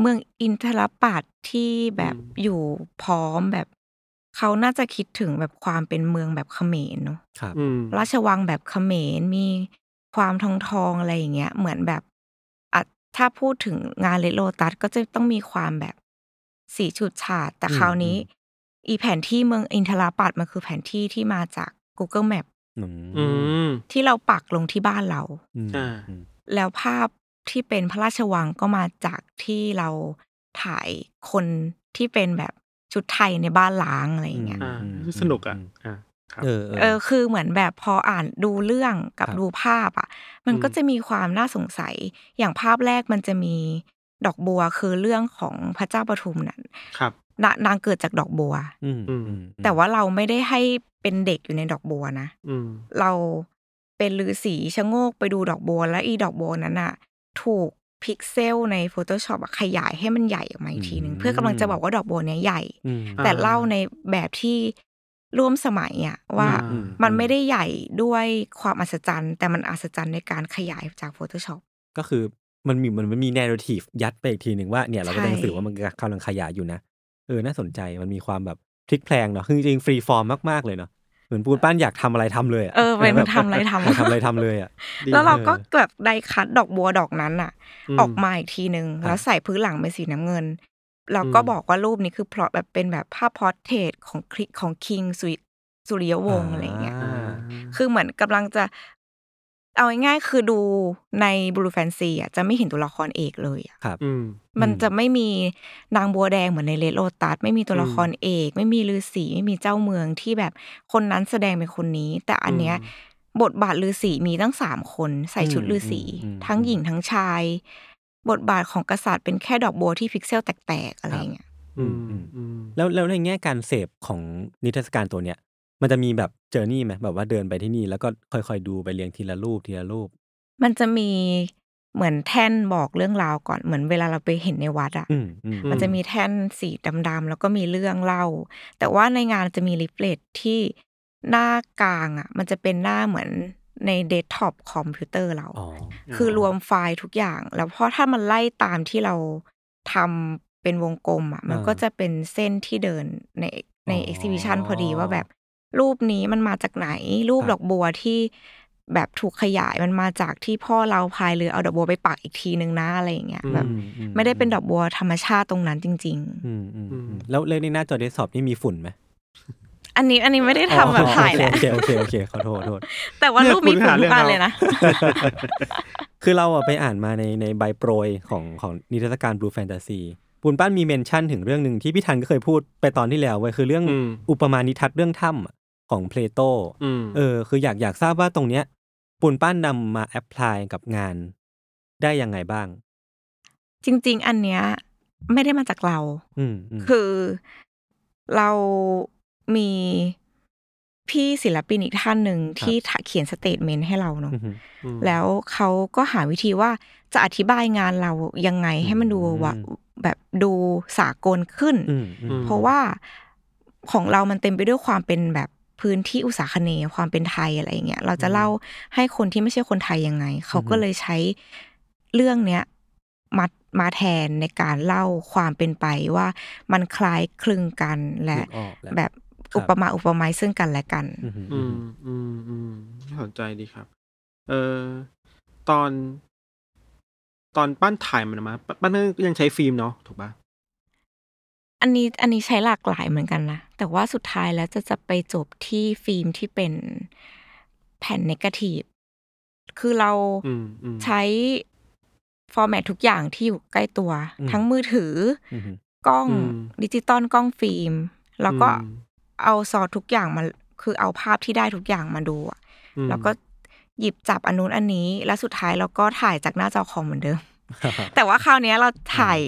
D: เมืองอินทรปัตย์ที่แบบ
E: อืม
D: อยู่พร้อมแบบเขาน่าจะคิดถึงแบบความเป็นเมืองแบบเขมรเนอะ
B: ครับ
E: อืม
D: ราชวังแบบเขมรมีความทองทองๆอะไรอย่างเงี้ย เหมือนแบบอ่ะถ้าพูดถึงงานเลดโลตัสก็จะต้องมีความแบบสีฉูดฉาด แต่
B: อืม
D: คราวนี้
B: อื
D: อีแผนที่เมืองอินทราปัตย์มันคือแผนที่ที่มาจาก Google Map
B: อื
E: อืม
D: ที่เราปักลงที่บ้านเรา
B: อืม
E: อ่า
B: อืม
D: แล้วภาพที่เป็นพระราชวังก็มาจากที่เราถ่ายคนที่เป็นแบบชุดไทยในบ้านล้างอะไรอย่างเงี้ย
E: อ่า
B: อืม
E: สนุกอ่ะ
B: อืม
E: อ่าครับ
B: เออ
D: เอ
B: เอ
D: อ
B: อ
D: คือเหมือนแบบพออ่านดูเรื่องกับ
B: ครับ
D: ดูภาพอ่ะ มันก็
E: อืม
D: จะมีความน่าสงสัยอย่างภาพแรกมันจะมีดอกบัวคือเรื่องของพระเจ้าปทุมนั่น
E: ครับ
D: นะนางเกิดจากดอกบัว
B: อืม
E: อืม
B: อืม
D: แต่ว่าเราไม่ได้ให้เป็นเด็กอยู่ในดอกบัวนะ
E: อืม
D: เราเป็นฤาษีชะโงกไปดูดอกบัว แล้วอีดอกบัวนั้นอ่ะ ถูกพิกเซลใน Photoshop อะขยายให้มันใหญ่ออกมาอีกทีหนึ่งเพื่อกำลังจะบอกว่าดอกบัวเนี้ยใหญ่
B: อืม
D: แต่
E: อ่า
D: เล่าในแบบที่ร่วมสมัยอ่ะว่า
E: อ่า
B: อื
D: มันไม่ได้ใหญ่ด้วยความอัศจรรย์ แต่มันอัศจรรย์ในการขยายจาก Photoshop
B: ก็คือมันมีมันมีแนวทีฟยัดไปอีกทีหนึ่งว่าเนี่ยเราก็
D: ใช่
B: จะสื่อว่ามันกำลังขยายอยู่นะ เออน่าสนใจมันมีความแบบพลิกแพลงเนาะคือจริงฟรีฟอร์มมาก ๆ เลยเนาะเหมือนปูนปั้นอยากทำอะไรทำเลยะ
D: เออเป็น
B: แบบ
D: ทำอะไรทำ
B: ยากทำอะไรทำเลยอ่ะ
E: ดี
D: แล้วเราก็
B: เออ
D: แบบได้คัดดอกบัวดอกนั้นอ่ะ
E: ม
D: ออกมาอีกทีหนึ่งแล้วใส่พื้นหลังเป็นสีน้ำเงิน เราก็
E: อืม
D: บอกว่ารูปนี้คือพลอตแบบเป็นแบบภาพพอร์เทรตของคลิของคิงสุริยวงศ์อะไรอย่างเงี้ย
E: อ่า
D: คือเหมือนกำลังจะ เอาง่ายๆคือดูในบลูแฟนซีอ่ะจะไม่เห็นตัวละครเอกเลยอะ
B: ครับ
E: อืม
D: มัน
B: อืม
D: จะไม่มีนางบัวแดงเหมือนในเลดโลตัสไม่มีตัวละครเอก ไม่มีฤาษีไม่มีเจ้าเมืองที่แบบคนนั้นแสดงเป็นคนนี้ แต่อันเนี้ย
E: อืม
D: บทบาทฤาษีมีตั้งสามคนใส่ชุด
B: อืม
D: ฤาษี
B: อืม
D: ทั้ง
B: อืม
D: หญิงทั้งชาย บทบาทของกษัตริย์เป็นแค่ดอกบัวที่พิกเซลแตกๆอะไรอย่างเงี้ย
E: อืม
B: อืม
E: อืม
B: แล้วแล้วในแง่การเสพของนิทรรศการตัวเนี้ยมันจะมีแบบเจอร์นี่ไหมแบบว่าเดินไปที่นี่แล้วก็ค่อยๆดูไปเรียงทีละรูปทีละรูป
D: มันจะมีเหมือนแท่นบอกเรื่องราวก่อนเหมือนเวลาเราไปเห็นในวัดอะ
B: อืมอืม
D: มันจะมีแท่นสีดำๆแล้วก็มีเรื่องเล่า แต่ว่าในงานจะมีลิฟเลตที่หน้ากลางอ่ะ มันจะเป็นหน้าเหมือนในเดสก์ท็อปคอมพิวเตอร์เรา
B: อ๋อ
D: คือรวมไฟล์ทุกอย่าง แล้วพอถ้ามันไล่ตามที่เราทำ เป็นวงกลมอ่ะ มัน
B: อ่า
D: ก็จะเป็นเส้นที่เดินในใน
B: อ๋อ
D: เอ็กซิบิชันพอดีว่าแบบรูปนี้มันมาจากไหน รูป
B: ครับ
D: ดอกบัวที่แบบถูกขยายมันมาจากที่พ่อเราพายเรือเอาดอกบัวไปปักอีกทีนึงนะอะไรอย่างเงี้ย
E: อืม
D: แบบไม่ได้เป็นดอกบัวธรรมชาติตรงนั้นจริง ๆ
B: อืมอืมอืมแล้วเลยในหน้าจอเดสก์ท็อปนี่มีฝุ่นไหม
D: อันนี้อันนี้ไม่ได้ทำแบบถ่ายแหละ
B: โอเคโอเคโอเคขอโทษขอโทษ
D: แต่ว่า
E: เนี่ย
D: รูปมี
E: คุณ
D: ผ
E: หา
D: ล
E: เรื่
D: ทุ
E: อง
D: กอัน
E: เรา
D: เลยนะ
B: คือเราอะไปอ่านมาในในใบโปรยของของนิทรรศการ Blue Fantasy ปุนป้านมีเมนชั่นถึงเรื่องหนึ่งที่พี่ทันก็เคยพูดไปตอนที่แล้วไว้ยคือเรื่อง
E: อืม
B: อุปมานิทัศน์เรื่องถ้ำอะของเพลโต
E: อืม
B: เออคืออยากอยากทราบว่าตรงเนี้ยปุนป้านนำมาแอพพลายกับงาน ได้ยังไงบ้าง
D: จริง ๆ อันเนี้ยไม่ได้มาจากเรา
B: อืมอืม
D: คือเรามีพี่ศิลปินอีกท่านหนึ่งที่เขียนสเตทเมนต์ให้เราเนาะ
B: ม
E: ม
D: แล้วเขาก็หาวิธีว่าจะอธิบายงานเรายังไงให้มันดูว่า
B: อืม
D: แบบดูสากลขึ้น
B: อืมอืม
D: เพราะว่าของเรามันเต็มไปด้วยความเป็นแบบพื้นที่อุตสาคเนย์ความเป็นไทยอะไรอย่างเงี้ย เราจะเล่าให้คนที่ไม่ใช่คนไทยยังไง เขาก็เลยใช้เรื่องเนี้ยมามาแทนในการเล่าความเป็นไปว่ามันคล้ายคลึงกันและ
B: นึกออกแล้ว
D: แบบ
B: ครับ
D: อุปมาอุปไมยซึ่งกันและกัน
B: อืมอืม
E: อืมอืมอืมน่าสนใจดีครับ เออตอน ตอนปั้นถ่ายมันออกมาปั้นก็ยังใช้ฟิล์มเนาะถูกป่ะ
D: อันนี้อันนี้ใช้หลากหลายเหมือนกันนะแต่ว่าสุดท้ายแล้วจะจะไปจบที่ฟิล์มที่เป็นแผ่นเนกาทีฟคือเรา
E: อืมอืม
D: ใช้ฟอร์แมตทุกอย่างที่อยู่ใกล้ตัว
B: อืม
D: ทั้งมือถือ
B: อืมอืม
D: กล้อง
E: อืม
D: ดิจิตอลกล้องฟิล์ม แล้วก็
E: อืม
D: เอาซอสทุกอย่างมาคือเอาภาพที่ได้ทุกอย่างมาดูอะ
E: อืม
D: แล้วก็หยิบจับอันนู้นอันนี้ แล้วสุดท้ายเราก็ถ่ายจากหน้าจอคอมเหมือนเดิ ม แต่ว่าคราวเนี้ยเราถ่าย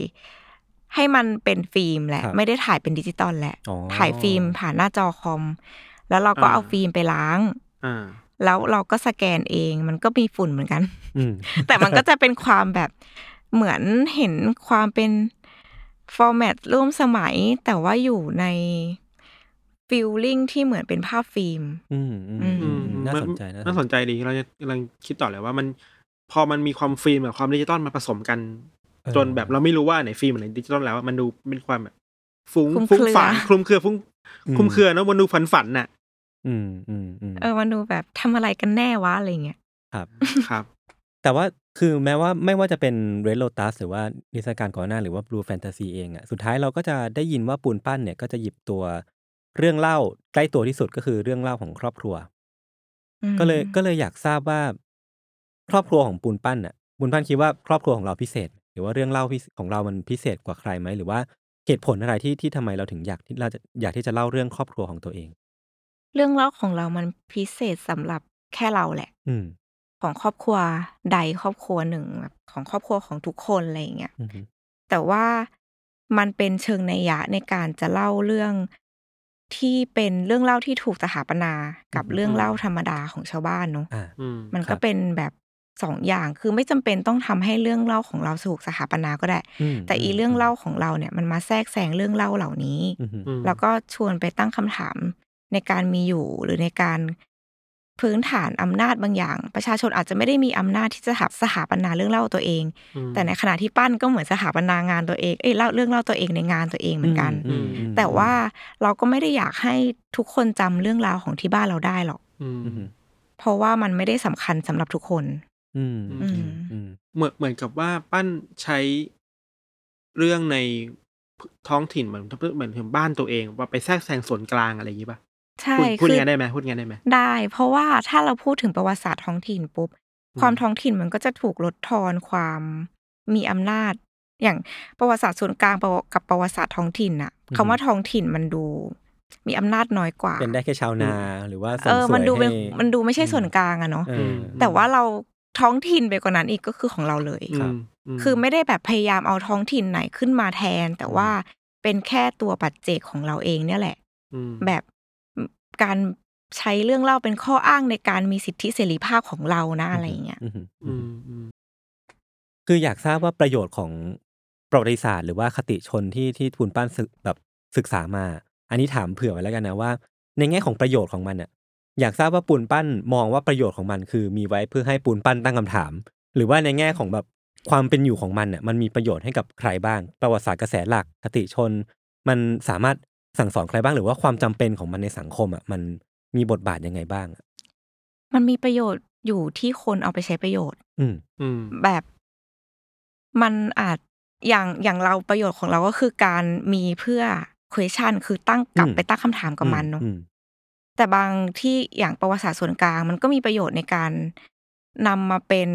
D: ให้มันเป็นฟิล์มแหละ
B: ครับ
D: ไม่ได้ถ่ายเป็นดิจิตอลแหละ
B: อ๋อ
D: ถ่ายฟิล์มผ่านหน้าจอคอม แล้วเราก็
E: อ่า
D: เอาฟิล์มไปล้าง
E: อ่า
D: แล้วเราก็สแกนเองมันก็มีฝุ่นเหมือนกัน
B: อืม
D: แต่มันก็จะเป็นความแบบเหมือนเห็นความเป็นฟอร์แมตร่วมสมัย แต่ว่าอยู่ในฟิลลิ่งที่เหมือนเป็นภาพฟิล์ม
B: อืมอืม
D: อื
B: อืม
D: ม
B: น่าสนใจ
E: น่าสนใจดีเราจะกำลังคิดต่อเลยว่ามันพอมันมีความฟิล์มกับความดิจิตอลมาผสมกัน
B: เออ
E: จนแบบเราไม่รู้ว่าอันไหนฟิล์มอันไหนดิจิตอลแล้วอะมันดูเป็นความแบบฟุ้ง
D: คลุม
E: ฟุ้ง
D: เครือ
E: ฝันคลุมเครือฟุ้ง
B: อืม
E: คลุมเครือเนอะมันดูฝันฝันน่ะ
B: อืมอืมอืม
D: เออมันดูแบบทำอะไรกันแน่วะอะไรเงี้ย
E: ครับ
B: แต่ว่าคือแม้ว่าไม่ว่าจะเป็น Red Lotus หรือว่านิทรรศการก่อนหน้าหรือว่า Blue Fantasy เองอะสุดท้ายเราก็จะได้ยินว่าปูนปั้นเนี่ยก็จะหยิบตัวเรื่องเล่าใกล้ตัวที่สุดก็คือเรื่องเล่าของครอบครัว
D: อืม
B: ก็เลยก็เลยอยากทราบว่า ครอบครัวของปูนปั้นอะปูนปั้นคิดว่าครอบครัวของเราพิเศษ หรือว่าเรื่องเล่าพิเศษของเรามันพิเศษกว่าใครไหมหรือว่าเหตุผลอะไรที่ที่ทำไมเราถึงอยากที่เราจะอยากที่จะเล่าเรื่องครอบครัวของตัวเอง
D: เรื่องเล่าของเรามันพิเศษสำหรับแค่เราแหละ
B: อืม
D: ของครอบครัวใดครอบครัวหนึ่งแบบของครอบครัวของทุกคนอะไรเงี้ย
B: อืม
D: แต่ว่ามันเป็นเชิงในยยะในการจะเล่าเรื่องที่เป็นเรื่องเล่าที่ถูกสถาปนากับเรื่องเล่าธรรมดาของชาวบ้านเนาะ
B: อ่า
E: อืม
D: มัน
B: ครั
D: ก็
B: บ
D: เป็นแบบสองอย่างคือไม่จำเป็นต้องทำให้เรื่องเล่าของเราถูกสถาปนาก็ได้
B: ม
D: แต่อีเรื่องเล่าของเราเนี่ยมันมาแทรกแซงเรื่องเล่าเหล่านี้
B: อืมอืม
E: อืม
D: แล้วก็ชวนไปตั้งคำถามในการมีอยู่หรือในการพื้นฐานอำนาจบางอย่าง ประชาชนอาจจะไม่ได้มีอำนาจที่จะสถาปนาเรื่องเล่าตัวเอง
E: อืม
D: แต่ในขณะที่ปั้นก็เหมือนสถาปนางานตัวเอง เอ้ยเล่าเรื่องเล่าตัวเองในงานตัวเองเหมือนกัน
B: อืมอืม
D: แต่ว่าเราก็ไม่ได้อยากให้ทุกคนจำเรื่องราวของที่บ้านเราได้หรอก
E: อืม
B: อืม
D: เพราะว่ามันไม่ได้สำคัญสำหรับทุกคน
B: อืม
E: อื
D: อืม
B: อืม
E: เหมือนเหมือนกับว่าปั้นใช้เรื่องในท้องถิ่นเหมือนเหมือนถึงบ้านตัวเอง ว่าไปแทรกแซงส่วนกลางอะไรอย่างนี้ป่ะ
D: ใช่
E: พูดพูด
D: คื
E: งานได้ไหมพูดงานได้ไหม
D: ได้ เพราะว่าถ้าเราพูดถึงประวัติศาสตร์ท้องถิ่นปุ๊บ ความท้องถิ่นมันก็จะถูกลดทอนความมีอำนาจ อย่างประวัติศาสตร์ส่วนกลางประวัติกับประวัติศาสตร์ท้องถิ่นน่ะ
B: อืม
D: คำว่าท้องถิ่นมันดู มีอำนาจน้อยกว่า
B: เป็นได้แค่ชาวนาหรือว่าส่ง
D: เอ
B: ส
D: อ
B: วย
D: มันดูเป็น
B: ให้
D: มันดูไม่ใช่ส่วนกลางอะเนาะ
B: เออ
E: ม
D: แต่ว่าเราท้องถิ่นไปกว่านั้นอีกก็คือของเราเลย
E: อืม
B: ครับ
E: อืม
D: คือไม่ได้แบบพยายามเอาท้องถิ่นไหนขึ้นมาแทน แต่ว่าเป็นแค่ตัวปัจเจกของเราเองเนี่ยแหละ
E: อืม
D: แบบการใช้เรื่องเล่าเป็นข้ออ้างในการมีสิทธิเสรีภาพของเรานะอะไรอย่างเงี้ย
B: ม
E: อืมอืม
B: คืออยากทราบว่าประโยชน์ของประวัติศาสตร์ หรือว่าคติชนที่ที่ทุนปั้นศึกแบบศึกษามา อันนี้ถามเผื่อไว้แล้วกันนะว่า ในแง่ของประโยชน์ของมันอะอยากทราบว่าปูนปั้นมองว่าประโยชน์ของมัน คือมีไว้เพื่อให้ปูนปั้นตั้งคำถาม หรือว่าในแง่ของแบบ ความเป็นอยู่ของมันน่ะมันมีประโยชน์ให้กับใครบ้าง ประวัติศาสตร์กระแสหลักคติชน มันสามารถสั่งสอนใครบ้างหรือว่าความจำเป็นของมันในสังคมอ่ะมันมีบทบาทยังไงบ้างอะ
D: มันมีประโยชน์อยู่ที่คนเอาไปใช้ประโยชน์
B: อืม
E: อืม
D: แบบมันอาจอย่างอย่างเราประโยชน์ของเราก็คือการมีเพื่อ question คือตั้งกลับ
B: อืม
D: ไปตั้งคำถามกับมันเนาะ
B: อืม
D: แต่บางที่อย่างประวัติศาสตร์ส่วนกลางมันก็มีประโยชน์ในการนำมาเป็น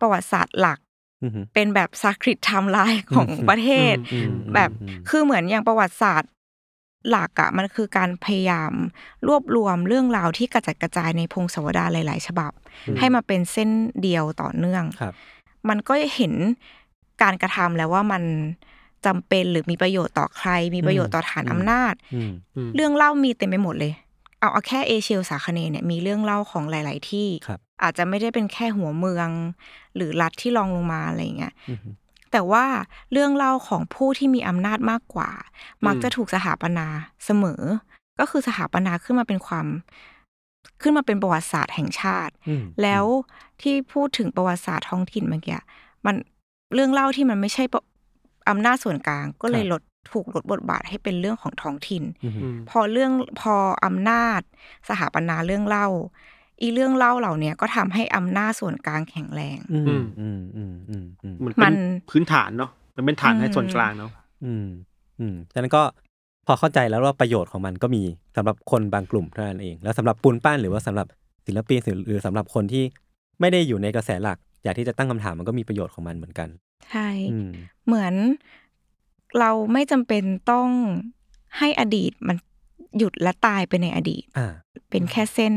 D: ประวัติศาสตร์หลัก
B: อืมอืม
D: เป็นแบบสักริตไทม์ไลน์ของ
B: อืม
D: ประเทศ
B: อืม
D: แบบ
B: อืม
D: คือเหมือนอย่างประวัติศาสตร์หลักอะมันคือการพยายามรวบรวมเรื่องราวที่กระจัดกระจายในพงศาวดารหลาย ๆ ฉบับ
B: อืม
D: ให้มาเป็นเส้นเดียวต่อเนื่อง
B: ครับ
D: มันก็เห็นการกระทำแล้วว่ามันจำเป็นหรือมีประโยชน์ต่อใคร มีประโยชน์ต่อฐาน
B: อืม
D: อำนาจ
B: อืม
E: อืม
D: เรื่องเล่ามีเต็มไปหมดเลย เอาเอาแค่เอเชียอุตสาคเนย์เนี่ยมีเรื่องเล่าของหลาย ๆ ที่
B: ครับ
D: อาจจะไม่ได้เป็นแค่หัวเมือง หรือรัฐที่รองลงมาอะไรอย่างเงี้ย
B: อืมอืม
D: แต่ว่าเรื่องเล่าของผู้ที่มีอำนาจมากกว่า มัก
E: อืม
D: จะถูกสถาปนาเสมอ ก็คือสถาปนาขึ้นมาเป็นความ ขึ้นมาเป็นประวัติศาสตร์แห่งชาติ
B: อืม
D: แล้วที่พูดถึงประวัติศาสตร์ท้องถิ่นเมื่อกี้มันเรื่องเล่าที่มันไม่ใช่ประอำนาจส่วนกลาง ก็เลยลดถูกลดบทบาทให้เป็นเรื่องของท้องถิ่น
B: อืม
E: อืม
D: พอเรื่องพออำนาจ สถาปนาเรื่องเล่า อีเรื่องเล่าเหล่าเนี้ยก็ทำให้อำนาจส่วนกลางแข็งแรง
B: อืมอืมอืมอืมอืม
E: เหมือน
D: มั
E: เป็น
D: น
E: พื้นฐานเนาะมันเป็นฐานให้ส่วนกลางเนาะ
B: อืม อืม ฉะนั้นก็พอเข้าใจแล้วว่าประโยชน์ของมันก็มีสำหรับคนบางกลุ่มเท่านั้นเอง แล้วสำหรับปูนปั้นหรือว่าสำหรับศิลปินหรือสำหรับคนที่ไม่ได้อยู่ในกระแสหลัก อยากที่จะตั้งคำถามมันก็มีประโยชน์ของมันเหมือนกัน
D: ใช่
B: อืม
D: เหมือนเราไม่จำเป็นต้องให้อดีตมันหยุดและตายไปในอดีต
B: อ่า
D: เป็นแค่เส้น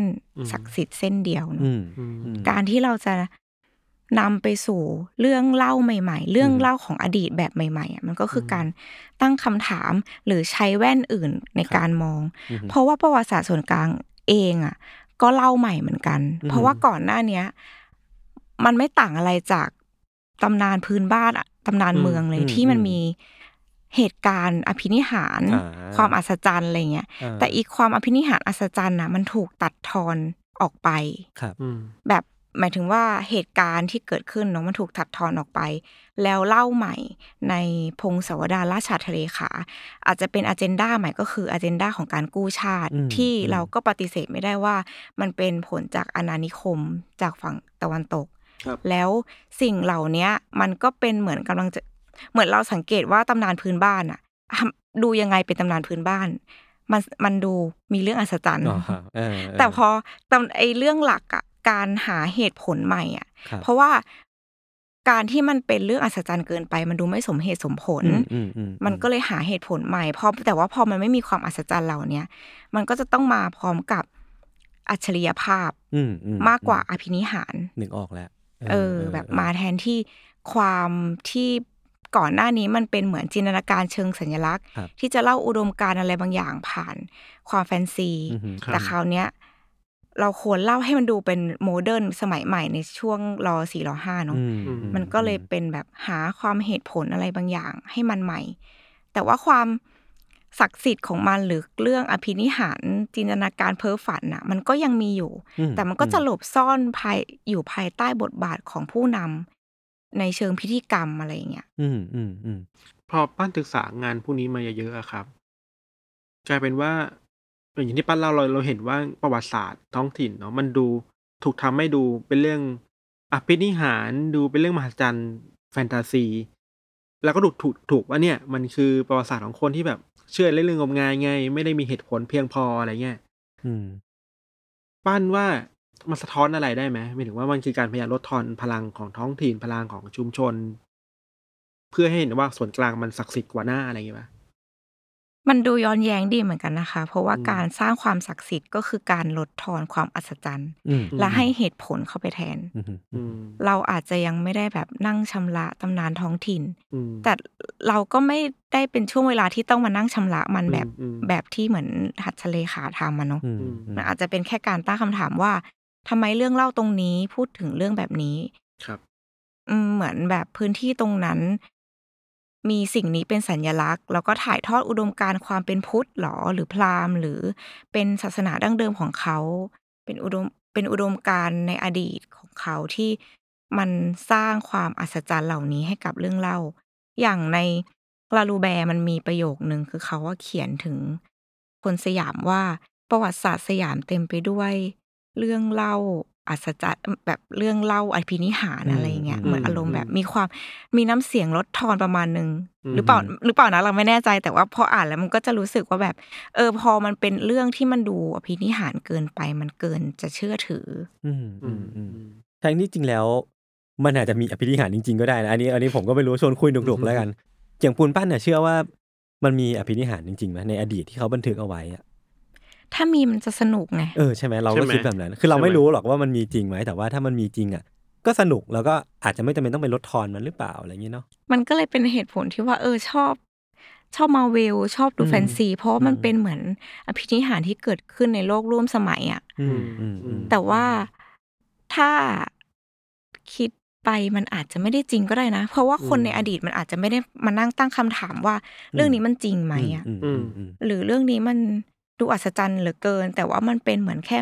D: ศักดิ์สิทธิ์เส้นเดียวเนอะ
B: อืม
E: อืม
B: อืม
D: การที่เราจะนำไปสู่เรื่องเล่าใหม่ ๆ เรื่อง
B: อืม
D: เล่าของอดีตแบบใหม่ๆอ่ะมันก็คือการตั้งคำถามหรือใช้แว่นอื่นในการมอง
B: อืม
D: เพราะว่าประวัติศาสตร์ส่วนกลางเองอ่ะ ก็เล่าใหม่เหมือนกัน
B: อืม
D: เพราะว่าก่อนหน้าเนี้ย มันไม่ต่างอะไรจากตำนานพื้นบ้านอะตำนานเมืองเลยที่มันมีเหตุการณ์อภินิหาร
B: อ่
D: ความอัศจรรย์อะไรเงี้ย
B: า
D: แต่อีกความอภินิหารอัศจรรย์น่ะมันถูกตัดทอนออกไป
B: ครับ
E: อืม
D: แบบหมายถึงว่าเหตุการณ์ที่เกิดขึ้นเนาะมันถูกถัดทอนออกไป แล้วเล่าใหม่ในพงศาวดารราชาทะเลขา อาจจะเป็นอ g e n d a ใหม่ก็คืออ g e n d a ของการกู้ชาติ
B: อืม
D: ที่
B: อืม
D: เราก็ปฏิเสธไม่ได้ว่า มันเป็นผลจากอาณานิคมจากฝั่งตะวันตก
E: ครับ
D: แล้วสิ่งเหล่าเนี้ยมันก็เป็นเหมือนกำลังจะเหมือนเราสังเกตว่าตำนานพื้นบ้านอะทำดูยังไงเป็นตำนานพื้นบ้าน มันมันดูมีเรื่องอัศจรรย์
B: อ๋อเออเ
D: แต่พอตำไอเรื่องหลักอะการหาเหตุผลใหม่อะ
B: ครับ
D: เพราะว่าการที่มันเป็นเรื่องอัศจรรย์เกินไป มันดูไม่สมเหตุสมผล
B: อืมอืมอืม
D: มันก็เลยหาเหตุผลใหม่พอแต่ว่าพอมันไม่มีความอัศจรรย์เหล่าเนี้ยมันก็จะต้องมาพร้อมกับอัจฉริยภาพ
B: อืมอื
D: มากกว่าอภินิหาร
B: นึกออกแล้ว
D: เออ แบบมาแทนที่ความที่ก่อนหน้านี้มันเป็นเหมือนจินตนาการเชิงสัญลักษณ์
B: ครับ
D: ที่จะเล่าอุดมการณ์อะไรบางอย่างผ่านความแฟนซี
B: อืม
E: ครับ
D: แต่คราวเนี้ยเราควรเล่าให้มันดูเป็นโมเดิร์นสมัยใหม่ในช่วงรอสี่รอห้าเนาะ
B: อืม
E: อืม
D: มันก็เลยเป็นแบบหาความเหตุผลอะไรบางอย่างให้มันใหม่ แต่ว่าความศักดิ์สิทธิ์ของมันหรือเรื่องอภินิหารจินตนาการเพ้อฝันน่ะ มันก็ยังมีอยู่
B: อื
D: แต่มันก็จะ
B: อื
D: หลบซ่อนภายอยู่ภายใต้บทบาทของผู้นำในเชิงพิธีกรรมอะไรอย่างเงี้ย
B: อืมอืมอืม
E: พอปั้นศึกษางานพวกนี้มาเยอะๆอะครับ กลายเป็นว่าอย่างที่ปั้นเล่าเราเราเห็นว่าประวัติศาสตร์ท้องถิ่นเนาะมันดูถูกทำให้ดูเป็นเรื่องอภินิหารดูเป็นเรื่องมหัศจรรย์แฟนตาซี แล้วก็ถูกถูกถูกว่าเนี่ย มันคือประวัติศาสตร์ของคนที่แบบเชื่อเรื่องงมงายไง ไม่ได้มีเหตุผลเพียงพออะไรเงี้ย
B: อืม
E: ปั้นว่ามันสะท้อนอะไรได้ไหมหมายถึงว่ามันคือการพยายามลดทอนพลังของท้องถิ่นพลังของชุมชน เพื่อให้เห็นว่าส่วนกลางมันศักดิ์สิทธิ์กว่าหน้าอะไรอย่างเงี้ยปะ
D: มันดูย้อนแย้งดีเหมือนกันนะคะ เพราะว่า
E: อืม
D: การสร้างความศักดิ์สิทธิ์ก็คือการลดทอนความอัศจรรย์
B: อืม
D: และให้เหตุผลเข้าไปแทน
B: อืม
E: อืม
D: เราอาจจะยังไม่ได้แบบนั่งชำระตำนานท้องถิ่น
E: อืม
D: แต่เราก็ไม่ได้เป็นช่วงเวลาที่ต้องมานั่งชำระมันแบบ
E: อืมอืม
D: แบบที่เหมือนหัดทะเลขาทำมันเนาะ
B: อืม
D: มันอาจจะเป็นแค่การตั้งคำถามว่าทำไมเรื่องเล่าตรงนี้พูดถึงเรื่องแบบนี้
E: ครับ
D: อืมเหมือนแบบพื้นที่ตรงนั้น มีสิ่งนี้เป็นสัญลักษณ์ แล้วก็ถ่ายทอดอุดมการณ์ความเป็นพุทธหรอหรือพราหมณ์ หรือเป็นศาสนาดั้งเดิมของเขา เป็นอุดมเป็นอุดมการณ์ในอดีตของเขาที่ มันสร้างความอัศจรรย์เหล่านี้ให้กับเรื่องเล่า อย่างในลาลูแบร์มันมีประโยคนึงคือเขาว่าเขียนถึงคนสยามว่าประวัติศาสตร์สยามเต็มไปด้วย เรื่องเล่าอัศจรรย์แบบเรื่องเล่าอภินิหาร
B: อืม
D: อะไรอย่างเงี้ย
B: อืม
D: เหมือนอารมณ์แบบมีความมีน้ำเสียงลดทอนประมาณหนึ่ง
E: อืม
D: หรือเปล่าหรือเปล่านะเราไม่แน่ใจแต่ว่าพออ่านแล้วมันก็จะรู้สึกว่าแบบ เออพอมันเป็นเรื่องที่มันดูอภินิหารเกินไปมันเกินจะเชื่อถือ
B: อืมอืมอืม
E: อืม
B: ทั้งที่จริงแล้วมันอาจจะมีอภินิหารจริงๆก็ได้นะอันนี้ อันนี้ผมก็ไม่รู้ชวนคุยดุกๆแล้วกันอย่างปูนปั้นเนี่ยเชื่อว่ามันมีอภินิหารจริงๆไหมในอดีตที่เขาบันทึกเอาไว้อะ
D: ถ้ามีมันจะสนุกไง
B: เออใช่ไหมเราก็
E: ใช่ไหม
B: คิดแบบนั้นคือเรา
E: ใช่ไหม
B: ไม่รู้หรอกว่ามันมีจริงไหมแต่ว่าถ้ามันมีจริงอ่ะ ก็สนุกแล้วก็อาจจะไม่จำเป็นต้องไปลดทอนมันหรือเปล่าอะไรอย่างเงี้ยเนาะ
D: มันก็เลยเป็นเหตุผลที่ว่า เออชอบ ชอบมาเวลชอบดู
B: อืม
D: แฟนซี เพราะว่ามัน
B: อืม
D: เป็นเหมือนอภินิหารที่เกิดขึ้นในโลกร่วมสมัยอะ่ะ
B: อืมอืมอืม
D: แต่ว่าถ้าคิดไปมันอาจจะไม่ได้จริงก็ได้นะ เพราะว่าคน
E: อืม
D: ในอดีตมันอาจจะไม่ได้มานั่งตั้งคำถามว่า เรื่องนี้มันจริงไหมอ่ะ
B: อืมอืมอืม
D: หรือเรื่องนี้มันดูอัศจรรย์เหลือเกิน แต่ว่ามันเป็นเหมือนแค่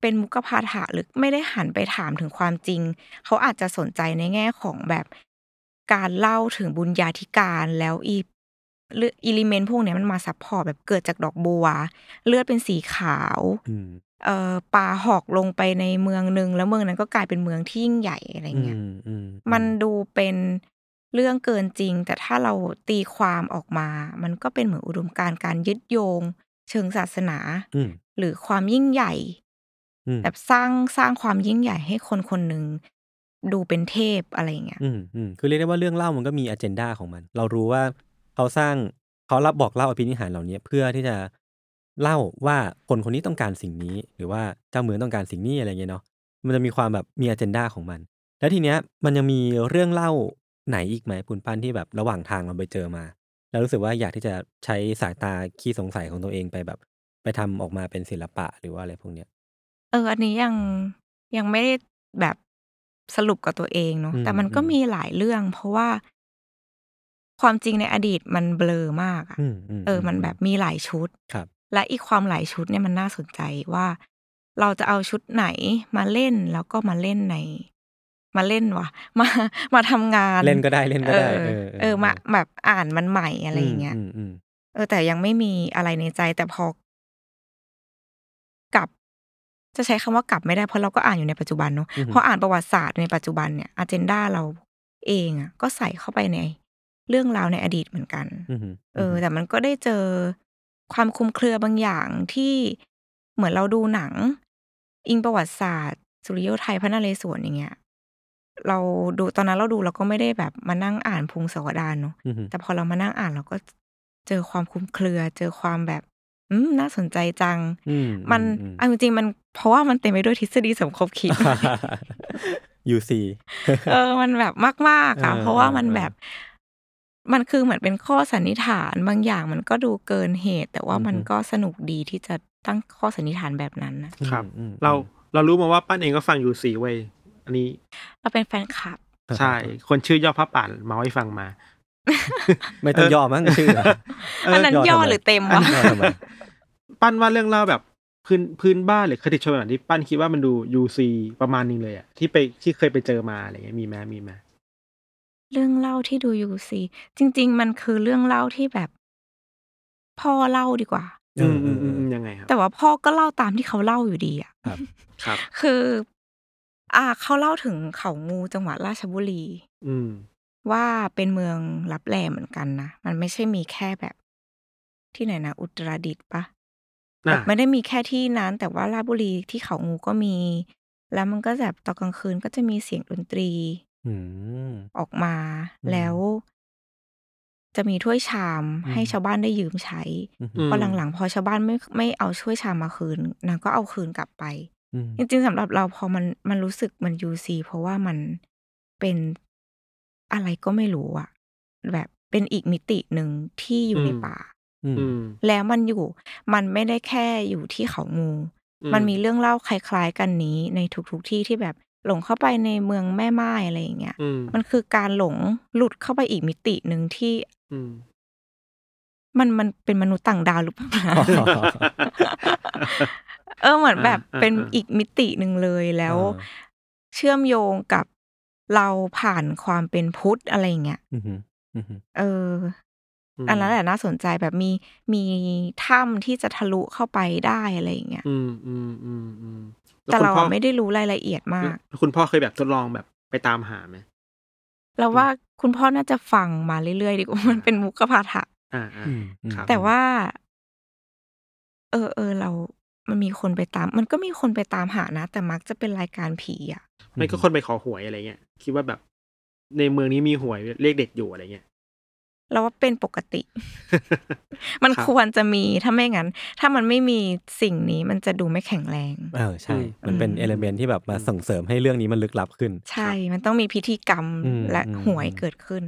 D: เป็นมุกพาถะหรือไม่ได้หันไปถามถึงความจริง เขาอาจจะสนใจในแง่ของแบบการเล่าถึงบุญญาธิการแล้วอีเลืออิเลเมนต์พวกเนี้ยมันมาซับพอร์ตแบบเกิดจากดอกบัว เลือดเป็นสีขาว
B: อืม
D: เอ่อปลาหอกลงไปในเมืองหนึ่งแล้วเมืองนั้นก็กลายเป็นเมืองที่ยิ่งใหญ่อะไรเงี้ย
B: อืมอื
D: มันดูเป็นเรื่องเกินจริง แต่ถ้าเราตีความออกมา มันก็เป็นเหมือนอุดมการณ์การยึดโยง เชิงศาสนา
B: อืม
D: หรือความยิ่งใหญ่
B: อืม
D: แบบสร้างสร้างความยิ่งใหญ่ให้คนคนหนึ่งดูเป็นเทพอะไรอย่างเงี้ย
B: อืมอืมคือเรียกได้ว่าเรื่องเล่ามันก็มีอเจนดาของมัน เรารู้ว่าเขาสร้างเขารับบอกเล่าอภินิหารเหล่านี้เพื่อที่จะเล่าว่าคนคนนี้ต้องการสิ่งนี้ หรือว่าเจ้าเมืองต้องการสิ่งนี้อะไรเงี้ยเนาะมันจะมีความแบบมีอเจนดาของมัน แล้วทีเนี้ยมันยังมีเรื่องเล่าไหนอีกไหมปุนปั้นที่แบบระหว่างทางเราไปเจอมา แล้วรู้สึกว่าอยากที่จะใช้สายตาขี้สงสัยของตัวเองไปแบบ ไปทำออกมาเป็นศิลปะหรือว่าอะไรพวกเนี้ย
D: เอออันนี้ยังยังไม่ได้แบบสรุปกับตัวเองเนาะ
B: อืม
D: แต่มันก็
B: อืม
D: มีหลายเรื่อง เพราะว่า ความจริงในอดีตมันเบลอมากอะ
B: อืมม
D: เออ มันแบบมีหลายชุด
B: ครับ
D: และอีกความหลายชุดเนี่ยมันน่าสนใจว่า เราจะเอาชุดไหนมาเล่นแล้วก็มาเล่นใน มาเล่นวะ มา มาทำงาน
B: เล่นก็ได้เล่นก็ได้
D: เออ เออ มาแบบอ่านมันใหม่อะไรอย่างเงี้ย
B: มอืม
D: เออ แต่ยังไม่มีอะไรในใจ แต่พอกลับ จะใช้คำว่ากลับไม่ได้เพราะเราก็อ่านอยู่ในปัจจุบันเนาะ
B: อือฮึ
D: พออ่านประวัติศาสตร์ในปัจจุบันเนี่ยอเจนดาเราเองอ่ะ ก็ใส่เข้าไปในเรื่องราวในอดีตเหมือนกัน
B: อืมม
D: เออแต่มันก็ได้เจอความคลุมเครือบางอย่างที่เหมือนเราดูหนัง อิงประวัติศาสตร์ สุริโยไทยพระนเรศวรอย่างเงี้ยเราดูตอนนั้นเราดูเราก็ไม่ได้แบบมานั่งอ่านพงศาวดารเนาะ
B: อืมอืม
D: แต่พอเรามานั่งอ่านเราก็เจอความคลุมเครือ เจอความแบบอืมน่าสนใจจัง
B: อื
D: มัน
B: อื
D: เอาจริงๆมันเพราะว่ามันเต็มไปด้วยทฤษฎีสมคบคิด
B: ยูซี
D: เออ มันแบบมากๆอ่ะ
B: เออ
D: เพราะว่ามัน
B: เออ
D: แบบ มันคือเหมือนเป็นข้อสันนิษฐานบางอย่างมันก็ดูเกินเหตุ แต่ว่ามันก็สนุกดีที่จะตั้งข้อสันนิษฐานแบบนั้นนะครับ
E: เราเรารู้มาว่าปั้นเองก็ฟังอยู่สี่เว้ยอันนี้
D: เราเป็นแฟนคลับ
E: ใช่ คนชื่อย่อพระป่านเมาให้ฟังมา
B: ไม่ต้องย่อมั้งชื่ออะ
E: เอออั
D: อันนั้นย่อหรือเต็ม
B: อัน
D: วะ
B: นั้น ทำไม
E: ปั้นว่าเรื่องเล่าแบบพื้นพื้นบ้านหรือคติชนแบบที่ปั้นคิดว่ามันดูยูซีประมาณนึงเลยอะที่ไปที่เคยไปเจอมาอะไรเงี้ยมีไหมมีไหม
D: เรื่องเล่าที่ดูยูซีจริง ๆ มันคือเรื่องเล่าที่แบบ พ่อเล่าดีกว่า
B: เอ
E: อื
B: อ
E: ม
B: เอ
E: อื
B: อ
E: ม
B: เอ
E: อื
B: อ
E: มยังไงครับ
D: แต่ว่าพ่อก็เล่าตามที่เขาเล่าอยู่ดีอ่ะ
B: ครับ
E: ครับ
D: คือ อ่าเขาเล่าถึงเขางูจังหวัดราชบุรี
E: อืม
D: ว่าเป็นเมืองรับแลเหมือนกันนะ มันไม่ใช่มีแค่แบบ ที่ไหนนะ อุตรดิตถ์ปะ
E: น่ะ
D: แบบไม่ได้มีแค่ที่นั้น แต่ว่าราชบุรีที่เขางูก็มี แล้วมันก็แบบตอนกลางคืนก็จะมีเสียงดนตรี
B: อืม
D: ออกมา
B: อืม
D: แล้ว จะมีถ้วยชาม
B: อืม
D: ให้ชาวบ้านได้ยืมใช้
E: อืม
D: พอหลังๆ พอชาวบ้านไม่ไม่เอาถ้วยชามมาคืนนางก็เอาคืนกลับไป
B: อืม
D: จริงๆสำหรับเราพอมันมันรู้สึกมันยูซีเพราะว่ามันเป็นอะไรก็ไม่รู้อะแบบเป็นอีกมิติหนึ่งที่อยู่ใน
E: อืม
D: ป่า
B: อืม
E: อืม
D: แล้วมันอยู่มันไม่ได้แค่อยู่ที่เขางู
E: อื
D: มันมีเรื่องเล่าคล้ายๆกันนี้ในทุกๆที่ที่แบบหลงเข้าไปในเมืองแม่ไม้อะไรอย่างเงี้ย
E: อืม
D: มันคือการหลงหลุดเข้าไปอีกมิติหนึ่งที่
E: อืม
D: มันมันเป็นมนุษย์ต่างดาวหรือเปล่า นะ
B: อ๋อ
D: เออเหมือนแบบ
E: อ่าอ่า
D: เป็น
E: อ่า
D: อีกมิติหนึ่งเลยแล้ว
B: อ่า
D: เชื่อมโยงกับ เราผ่านความเป็นพุทธอะไรอย่างเงี้ย
B: อือฮึอือฮึ
D: เออ
E: ม
D: อันนั้นแหละน่าสนใจแบบมีมีถ้ำที่จะทะลุเข้าไปได้อะไรอย่างเงี้ย
E: อืมอืมอืมอืมล้ว
D: แต่
E: คุณ
D: เรา
E: พ่อ
D: อะไม่ได้รู้รายละเอียดมาก
E: แล้วคุณพ่อเคยแบบทดลองแบบไปตามหาไหม
D: เราว่าคุณพ่อน่าจะฟังมาเรื่อยๆดีกว่า มันเป็นมุกพาถะ
E: อ่าอ่า
B: อืมอืม
E: ครับ
D: แต่ว่า เออเออเรา มันมีคนไปตาม มันก็มีคนไปตามหานะ แต่มักจะเป็นรายการผีอ่ะ
E: ไม่ก็คนไปขอหวยอะไรเงี้ยคิดว่าแบบในเมืองนี้มีหวยเรียกเด็กอยู่อะไรเงี้ย
D: เราว่าเป็นปกติ มัน
E: ครับ
D: ควรจะมีถ้าไม่งั้น ถ้ามันไม่มีสิ่งนี้มันจะดูไม่แข็งแรง
B: เออใช่
E: อืม
B: มันเป็น
D: อืม
B: เอลเมนที่แบบมาส่งเสริมให้เรื่องนี้มันลึกลับขึ้น
D: ใช่ มันต้องมีพิธีกรรม
B: อืม
D: และ
B: อืม
D: หวย
B: อืม
D: เกิดขึ้น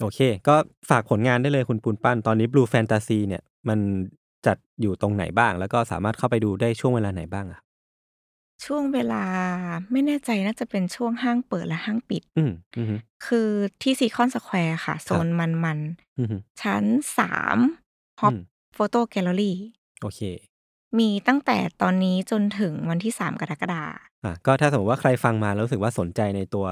B: โอเค ก็ฝากผลงานได้เลยคุณปูนปั้น ตอนนี้ Blue Fantasy เนี่ย มันจัดอยู่ตรงไหนบ้าง แล้วก็สามารถเข้าไปดูได้ช่วงเวลาไหนบ้างอะ
D: ช่วงเวลาไม่แน่ใจน่าจะเป็นช่วงห้างเปิดและห้างปิด
B: อืมอืมฮึ
D: คือที่ซีคอนสแควร์ค่ะ โซนมันมัน
B: อืมฮึ
D: ๆชั้นสามฮอป
B: อืม
D: โฟโต้แกลเลอรี่
B: โอเค
D: มีตั้งแต่ตอนนี้จนถึงวันที่ 3 กรกฎาคม
B: อ่ะก็ถ้าสมมติว่าใครฟังมาแล้วรู้สึกว่าสนใจในตัว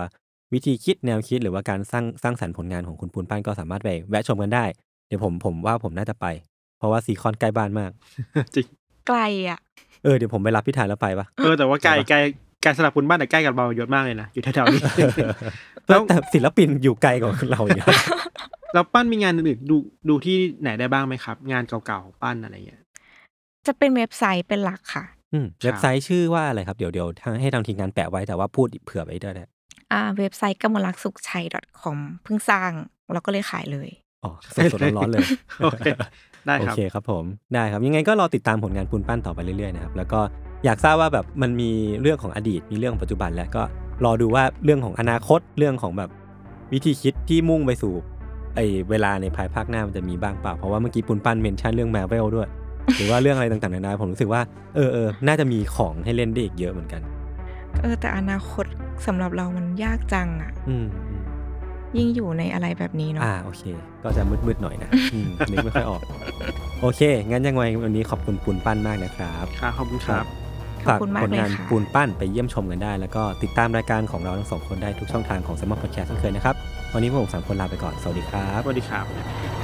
B: วิธีคิดแนวคิดหรือว่าการสร้างสร้างสรรค์ผลงานของคุณปูนปั้นก็สามารถไปแวะชมกันได้ เดี๋ยวผมผมว่าผมน่าจะไป เพราะว่าซีคอนใกล้บ้านมาก
E: จริง
D: ไกลอ่ะ
B: เออเดี๋ยวผมไปรับพี่ถ่ายแล้วไปปะ
E: เออแต่ว่าไกลไกลไกลสลับคุณบ้านแต่ใกล้กับเรายศมากเลยนะอยู่แถวๆ นี้ แล้
B: แล้ว
E: ว
B: แต่ศิลปินอยู่ไกลกว่าเราอีกนะ
E: แล้วปั้นมีงานอื่นๆดูดูที่ไหนได้บ้างไหมครับ งานเก่าๆของปั้นอะไรเงี้ย
D: จะเป็นเว็บไซต์เป็นหลักค่ะ
B: อืมเว็บไซต์ชื่อว่าอะไรครับ เดี๋ยวเดี๋ยวทางให้ทางทีมงานแปะไว้แต่ว่าพูดเผื่อไว้ด้วยนะ
D: อ่าเว็บไซต์กมลักสุขชัย .com เพิ่งสร้างเราก็เลยขายเลย
B: อ๋อสดๆร้อนๆเลย
E: โอเค ได้
B: โอ
E: ครับ
B: เคครับผมได้ครับ ยังไงก็รอติดตามผลงานปูนปั้นต่อไปเรื่อยๆนะครับแล้วก็อยากทราบว่าแบบมันมีเรื่องของอดีตมีเรื่องของปัจจุบันแล้วก็รอดูว่าเรื่องของอนาคตเรื่องของแบบวิธีคิดที่มุ่งไปสู่ไอเวลาในภายภาคหน้ามันจะมีบ้างเปล่าเพราะว่าเมื่อกี้ปูนปั้นเมนชั่นเรื่องมาเวลด้วย หรือว่าเรื่องอะไรต่างๆนานาผมรู้สึกว่าเออเออน่าจะมีของให้เล่นได้อีกเยอะเหมือนกัน
D: เออ แต่อนาคตสำหรับเรามันยากจังอ่ะ
B: อืมอืม
D: ยิ่งอยู่ในอะไรแบบนี้เนาะ
B: อ่าโอเค ก็จะมืดๆหน่อยนะอืมนึกไม่ค่อยออก โอเค งั้นยังไงวันนี้ขอบคุณปูนปั้นมากนะครับ
E: ครับขอบคุณครับ
D: ขอบคุณมา
B: ผ
D: ก
B: ล
D: เลย
B: งาน
D: ค่ะ
B: ปูนปั้นไปเยี่ยมชมกันได้ แล้วก็ติดตามรายการของเราทั้งสองคนได้ทุกช่องทางของสมอลพอดแคสต์เช่นเคยนะครับ วันนี้พวกผมสามคนลาไปก่อน สวัสดีครับ
E: สวัสดีครับ